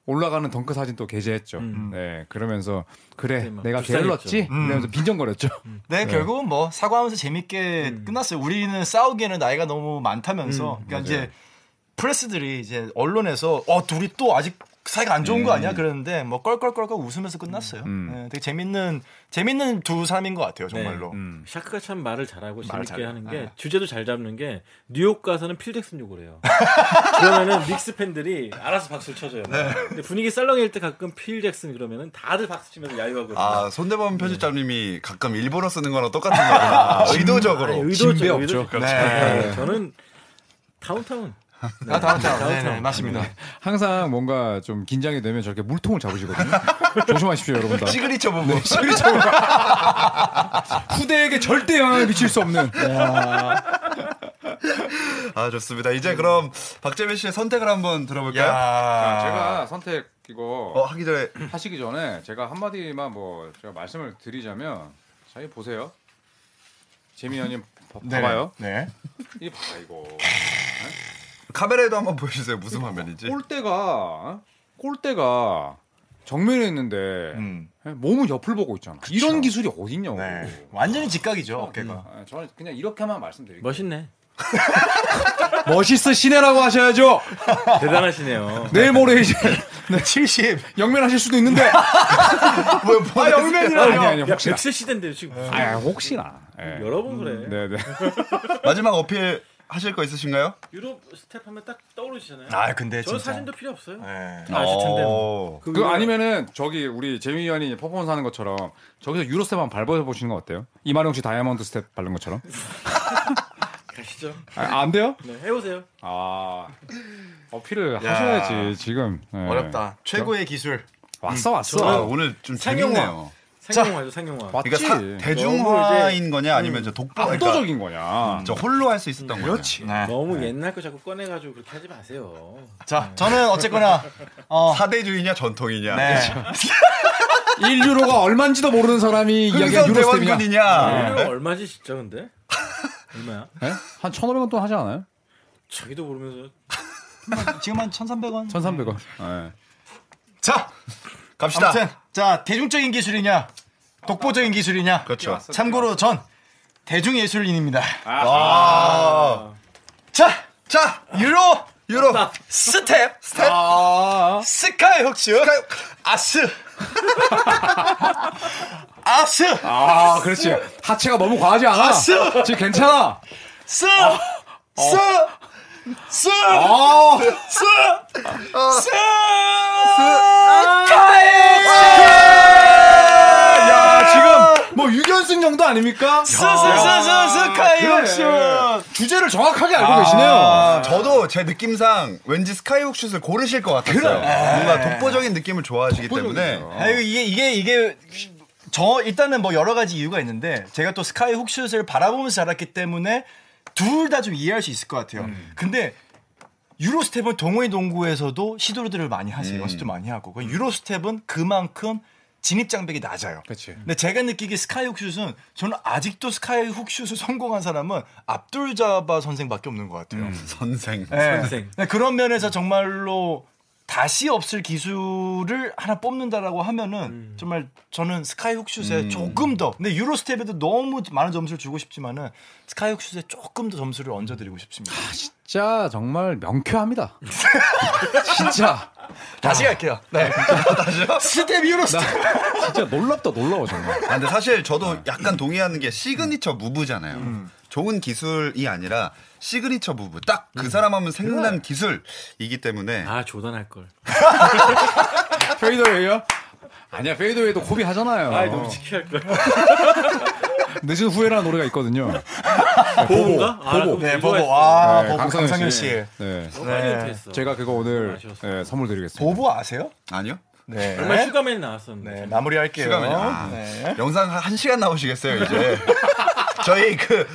[SPEAKER 6] 올라가는 덩크 사진 또 게재했죠. 네 그러면서 그래
[SPEAKER 5] 그때 막
[SPEAKER 6] 내가
[SPEAKER 5] 불쌍했죠. 음.
[SPEAKER 6] 게을렀지 이러면서 빈정거렸죠.
[SPEAKER 4] 네, 음. 결국은 뭐 사과하면서 재밌게 끝났어요. 우리는 싸우기에는 나이가 너무 많다면서. 그러니까 이제 프레스들이 이제 언론에서 어 둘이 또 아직 사이가 안 좋은 거 아니야? 그랬는데 뭐 껄껄껄껄 웃으면서 끝났어요. 네, 되게 재밌는 재밌는 두 사람인 것 같아요, 정말로.
[SPEAKER 5] 네. 샤크가 참 말을 잘하고
[SPEAKER 4] 음. 말을
[SPEAKER 5] 재밌게
[SPEAKER 4] 잘해요.
[SPEAKER 5] 하는 게
[SPEAKER 4] 네.
[SPEAKER 5] 주제도 잘 잡는 게 뉴욕 가서는 필잭슨 욕을 해요. 그러면은 닉스 팬들이 알아서 박수를 쳐줘요.
[SPEAKER 4] 네.
[SPEAKER 5] 근데 분위기 썰렁해질 때 가끔 필잭슨 그러면은 다들 박수 치면서 야유하거든요.
[SPEAKER 3] 아 손대범 편집장님이 가끔 일본어 쓰는 거랑 똑같은 거구나.
[SPEAKER 5] 아니,
[SPEAKER 3] 의도적으로.
[SPEAKER 5] 의도적,
[SPEAKER 6] 진배 없죠.
[SPEAKER 5] 의도적. 그렇죠.
[SPEAKER 4] 네.
[SPEAKER 5] 네, 저는 다운타운. 네.
[SPEAKER 4] 아, 다음 다 네, 네, 맞습니다.
[SPEAKER 6] 항상 뭔가 좀 긴장이 되면 저렇게 물통을 잡으시거든요. 조심하십시오 여러분 다. 뭐.
[SPEAKER 3] 시그니처 부분.
[SPEAKER 6] 후대에게 절대 영향을 미칠 수 없는.
[SPEAKER 5] 네.
[SPEAKER 3] 아 좋습니다. 이제 그럼 박재민 씨의 선택을 한번
[SPEAKER 4] 네.
[SPEAKER 3] 들어볼까요?
[SPEAKER 6] 아.
[SPEAKER 4] 야,
[SPEAKER 6] 제가 선택 이거
[SPEAKER 3] 어 하기 전에
[SPEAKER 6] 하시기 전에 제가 한마디만 뭐 제가 말씀을 드리자면 자기 보세요. 재미연님 봐- 봐봐요.
[SPEAKER 4] 네.
[SPEAKER 6] 이 봐봐 이거.
[SPEAKER 3] 카메라에도 한번 보여주세요. 무슨 화면인지.
[SPEAKER 6] 골대가 어? 골대가 정면에 있는데
[SPEAKER 4] 음.
[SPEAKER 6] 몸은 옆을 보고 있잖아. 이런 기술이 어딨냐고.
[SPEAKER 4] 네. 완전히 직각이죠, 어깨가.
[SPEAKER 6] 아, 저는 그냥 이렇게만 말씀드릴게요.
[SPEAKER 5] 멋있네.
[SPEAKER 6] 멋있어 시내라고 하셔야죠.
[SPEAKER 5] 대단하시네요.
[SPEAKER 6] 내일 모레 이제
[SPEAKER 4] 네. 70.
[SPEAKER 6] 영면하실 수도 있는데.
[SPEAKER 4] 아, 영맨이라뇨.
[SPEAKER 6] 아니 아니
[SPEAKER 5] 야,
[SPEAKER 6] 혹시나.
[SPEAKER 5] 100세 시대인데 지금
[SPEAKER 4] 네.
[SPEAKER 5] 무슨
[SPEAKER 6] 아 혹시나. 예.
[SPEAKER 5] 여러 번 그래.
[SPEAKER 6] 네네.
[SPEAKER 3] 마지막 어필 하실 거 있으신가요?
[SPEAKER 5] 유럽 스텝 하면 딱 떠오르시잖아요.
[SPEAKER 4] 아, 근데
[SPEAKER 5] 저는
[SPEAKER 4] 진짜.
[SPEAKER 5] 사진도 필요 없어요.
[SPEAKER 4] 네. 어.
[SPEAKER 5] 다 아실 텐데.
[SPEAKER 3] 오.
[SPEAKER 5] 그
[SPEAKER 6] 그
[SPEAKER 5] 위로-
[SPEAKER 6] 아니면은 저기 우리 재미 위원이 퍼포먼스 하는 것처럼 저기서 유로스텝 한번 밟아서 보시는 건 어때요? 이만용 씨 다이아몬드 스텝 밟는 것처럼?
[SPEAKER 5] 가시죠.
[SPEAKER 6] 아, 안 돼요?
[SPEAKER 5] 네, 해보세요.
[SPEAKER 6] 아 어필을
[SPEAKER 4] 야.
[SPEAKER 6] 하셔야지 지금 예.
[SPEAKER 4] 어렵다. 최고의 기술.
[SPEAKER 6] 왔어
[SPEAKER 3] 아,
[SPEAKER 6] 왔어.
[SPEAKER 3] 오늘 좀
[SPEAKER 5] 상영화.
[SPEAKER 3] 재밌네요.
[SPEAKER 5] 상영화죠, 상영화.
[SPEAKER 6] 왔지.
[SPEAKER 3] 그러니까 사- 대중화인 거냐 아니면 저 독보 그러니까
[SPEAKER 6] 압도적인 거냐?
[SPEAKER 3] 저 홀로 할 수 있었던 거냐? 그렇지.
[SPEAKER 4] 네.
[SPEAKER 5] 너무 옛날 거 자꾸 꺼내가지고 그렇게 하지 마세요.
[SPEAKER 4] 자, 저는 어쨌거나 어,
[SPEAKER 3] 사대주의냐 전통이냐.
[SPEAKER 4] 네.
[SPEAKER 6] 1유로가 얼마인지도 모르는 사람이 이야기한
[SPEAKER 3] 흥선
[SPEAKER 6] 유로스텝이냐?
[SPEAKER 4] 아.
[SPEAKER 3] 대원군이냐.
[SPEAKER 5] 이거 얼마지 진짜 근데? 얼마야?
[SPEAKER 6] 예? 한 1,500원 돈 하지 않아요?
[SPEAKER 5] 자기도 모르면서
[SPEAKER 4] 지금 한 1,300원.
[SPEAKER 6] 1,300원. 예.
[SPEAKER 4] 자,
[SPEAKER 3] 갑시다.
[SPEAKER 4] 아무튼 자, 대중적인 기술이냐? 독보적인 기술이냐?
[SPEAKER 3] 그렇죠.
[SPEAKER 4] 참고로 전
[SPEAKER 6] 아.
[SPEAKER 4] 대중예술인입니다.
[SPEAKER 3] 아.
[SPEAKER 4] 자, 자, 유로
[SPEAKER 3] 유로
[SPEAKER 4] 스텝
[SPEAKER 3] 스텝
[SPEAKER 6] 아.
[SPEAKER 4] 스카이 혹시요? 아스 아스
[SPEAKER 6] 아, 그렇지. 하체가 너무 과하지 않아.
[SPEAKER 4] 아스!
[SPEAKER 6] 지금 괜찮아. 어.
[SPEAKER 4] 스 스! 스!
[SPEAKER 6] 아,
[SPEAKER 4] 스! 스! 스카이
[SPEAKER 6] 아, 야, 지금 뭐 유견승 정도 아닙니까? 아, 그렇죠.
[SPEAKER 4] 스스스스스카이
[SPEAKER 6] 그래.
[SPEAKER 4] 옵션
[SPEAKER 6] 주제를 정확하게 알고
[SPEAKER 3] 아.
[SPEAKER 6] 계시네요.
[SPEAKER 3] 어, 저도 제 느낌상 왠지 스카이훅 슛을 고르실 것 같았어요. 뭔가 독보적인 느낌을 좋아하시기 때문에
[SPEAKER 4] 어. 아이고 이게 이게 이게 저 일단은 뭐 여러 가지 이유가 있는데 제가 또 스카이 훅슛을 바라보면서 자랐기 때문에 둘 다 좀 이해할 수 있을 것 같아요. 근데 유로스텝은 동호회 농구에서도 시도들을 많이 하세요. 연습도 많이 하고. 그 유로스텝은 그만큼 진입 장벽이 낮아요.
[SPEAKER 6] 그치.
[SPEAKER 4] 근데 제가 느끼기 스카이 훅슛은 저는 아직도 스카이 훅슛을 성공한 사람은 압둘 자바 선생밖에 없는 것 같아요.
[SPEAKER 3] 선생.
[SPEAKER 4] 예.
[SPEAKER 5] 선생.
[SPEAKER 4] 네, 그런 면에서 정말로 다시 없을 기술을 하나 뽑는다라고 하면은 정말 저는 스카이훅슛에 조금 더 근데 유로스텝에도 너무 많은 점수를 주고 싶지만은 스카이훅슛에 조금 더 점수를 얹어드리고 싶습니다.
[SPEAKER 6] 진짜 정말 명쾌합니다. 진짜.
[SPEAKER 4] 다시 갈게요. 네. 스텝 유로스텝.
[SPEAKER 6] 진짜 놀랍다, 놀라워, 정말.
[SPEAKER 3] 아, 근데 사실 저도 약간 동의하는 게 시그니처 무브잖아요. 좋은 기술이 아니라 시그니처 무브. 딱 그 사람 하면 생각난 기술이기 때문에
[SPEAKER 5] 아 조던 할 걸.
[SPEAKER 6] 페이더웨이요? 아니야, 페이더웨이도 고비 하잖아요.
[SPEAKER 5] 아 너무 지켜야 할 걸.
[SPEAKER 6] 늦은 후회라는 노래가 있거든요.
[SPEAKER 5] 보보인가? 아,
[SPEAKER 6] 보보.
[SPEAKER 5] 그거
[SPEAKER 4] 네,
[SPEAKER 5] 이거
[SPEAKER 4] 보보. 아,
[SPEAKER 6] 네,
[SPEAKER 4] 보보 강상현 씨.
[SPEAKER 6] 네.
[SPEAKER 5] 너무 많이
[SPEAKER 4] 네.
[SPEAKER 5] 연습했어.
[SPEAKER 6] 제가 그거 오늘
[SPEAKER 5] 아쉬웠어.
[SPEAKER 6] 예, 선물 드리겠습니다.
[SPEAKER 4] 보보 아세요?
[SPEAKER 3] 아니요.
[SPEAKER 4] 네.
[SPEAKER 5] 얼마 슈가맨이 나왔었는데.
[SPEAKER 4] 네, 마무리할게요.
[SPEAKER 3] 슈가맨이요? 아.
[SPEAKER 4] 네.
[SPEAKER 3] 영상 한- 한 시간 나오시겠어요 이제. 저희 그,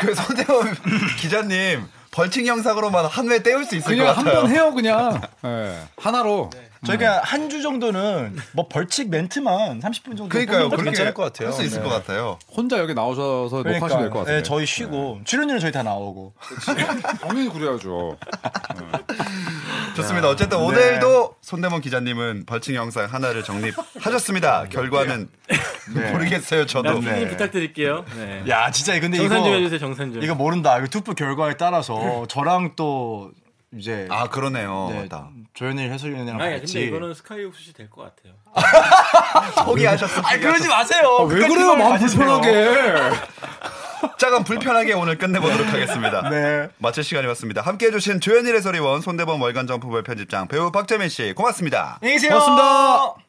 [SPEAKER 3] 그 손대원 기자님 벌칙 영상으로만 한 회 때울 수 있을 것
[SPEAKER 6] 그냥 한
[SPEAKER 3] 같아요.
[SPEAKER 6] 번 해요, 그냥. 예, 하나로.
[SPEAKER 4] 저희가 한 주 정도는 뭐 벌칙 멘트만 30분 정도
[SPEAKER 3] 그러니까요.
[SPEAKER 4] 뽑는 것도
[SPEAKER 3] 그렇게
[SPEAKER 4] 괜찮을 것 같아요.
[SPEAKER 3] 할수 있을
[SPEAKER 4] 네.
[SPEAKER 3] 것 같아요.
[SPEAKER 6] 혼자 여기 나오셔서 녹화하시면 될 것 같아요.
[SPEAKER 4] 네, 저희 쉬고 출연료는 저희 다 나오고.
[SPEAKER 6] 당연히 그래야죠.
[SPEAKER 3] 좋습니다.
[SPEAKER 4] 네.
[SPEAKER 3] 어쨌든 오늘도 손대문 기자님은 벌칙 영상 하나를 정립하셨습니다.
[SPEAKER 4] 네.
[SPEAKER 3] 결과는 모르겠어요. 저도.
[SPEAKER 5] 나중에 부탁드릴게요. 네.
[SPEAKER 4] 야 진짜 근데
[SPEAKER 5] 정산 좀
[SPEAKER 4] 이거
[SPEAKER 5] 해주세요. 정산 좀.
[SPEAKER 4] 이거 모른다. 이거 투표 결과에 따라서 저랑 또 이제
[SPEAKER 3] 아 그러네요.
[SPEAKER 4] 네,
[SPEAKER 3] 맞다.
[SPEAKER 4] 조현일 해설위원이랑
[SPEAKER 5] 아니
[SPEAKER 4] 같이.
[SPEAKER 5] 근데 이거는 스카이 옥수수 될것 같아요.
[SPEAKER 3] 포기하셨습니다.
[SPEAKER 4] 아 그러지 마세요.
[SPEAKER 6] 아, 왜 그래요? 마음 불편하게.
[SPEAKER 3] 잠깐 불편하게 오늘 끝내보도록 하겠습니다.
[SPEAKER 4] 네.
[SPEAKER 3] 마칠 시간이 왔습니다. 함께해 주신 조현일 해설위원, 손대범 월간점프볼 편집장 배우 박재민 씨 고맙습니다.
[SPEAKER 4] 안녕히 계세요. 고맙습니다.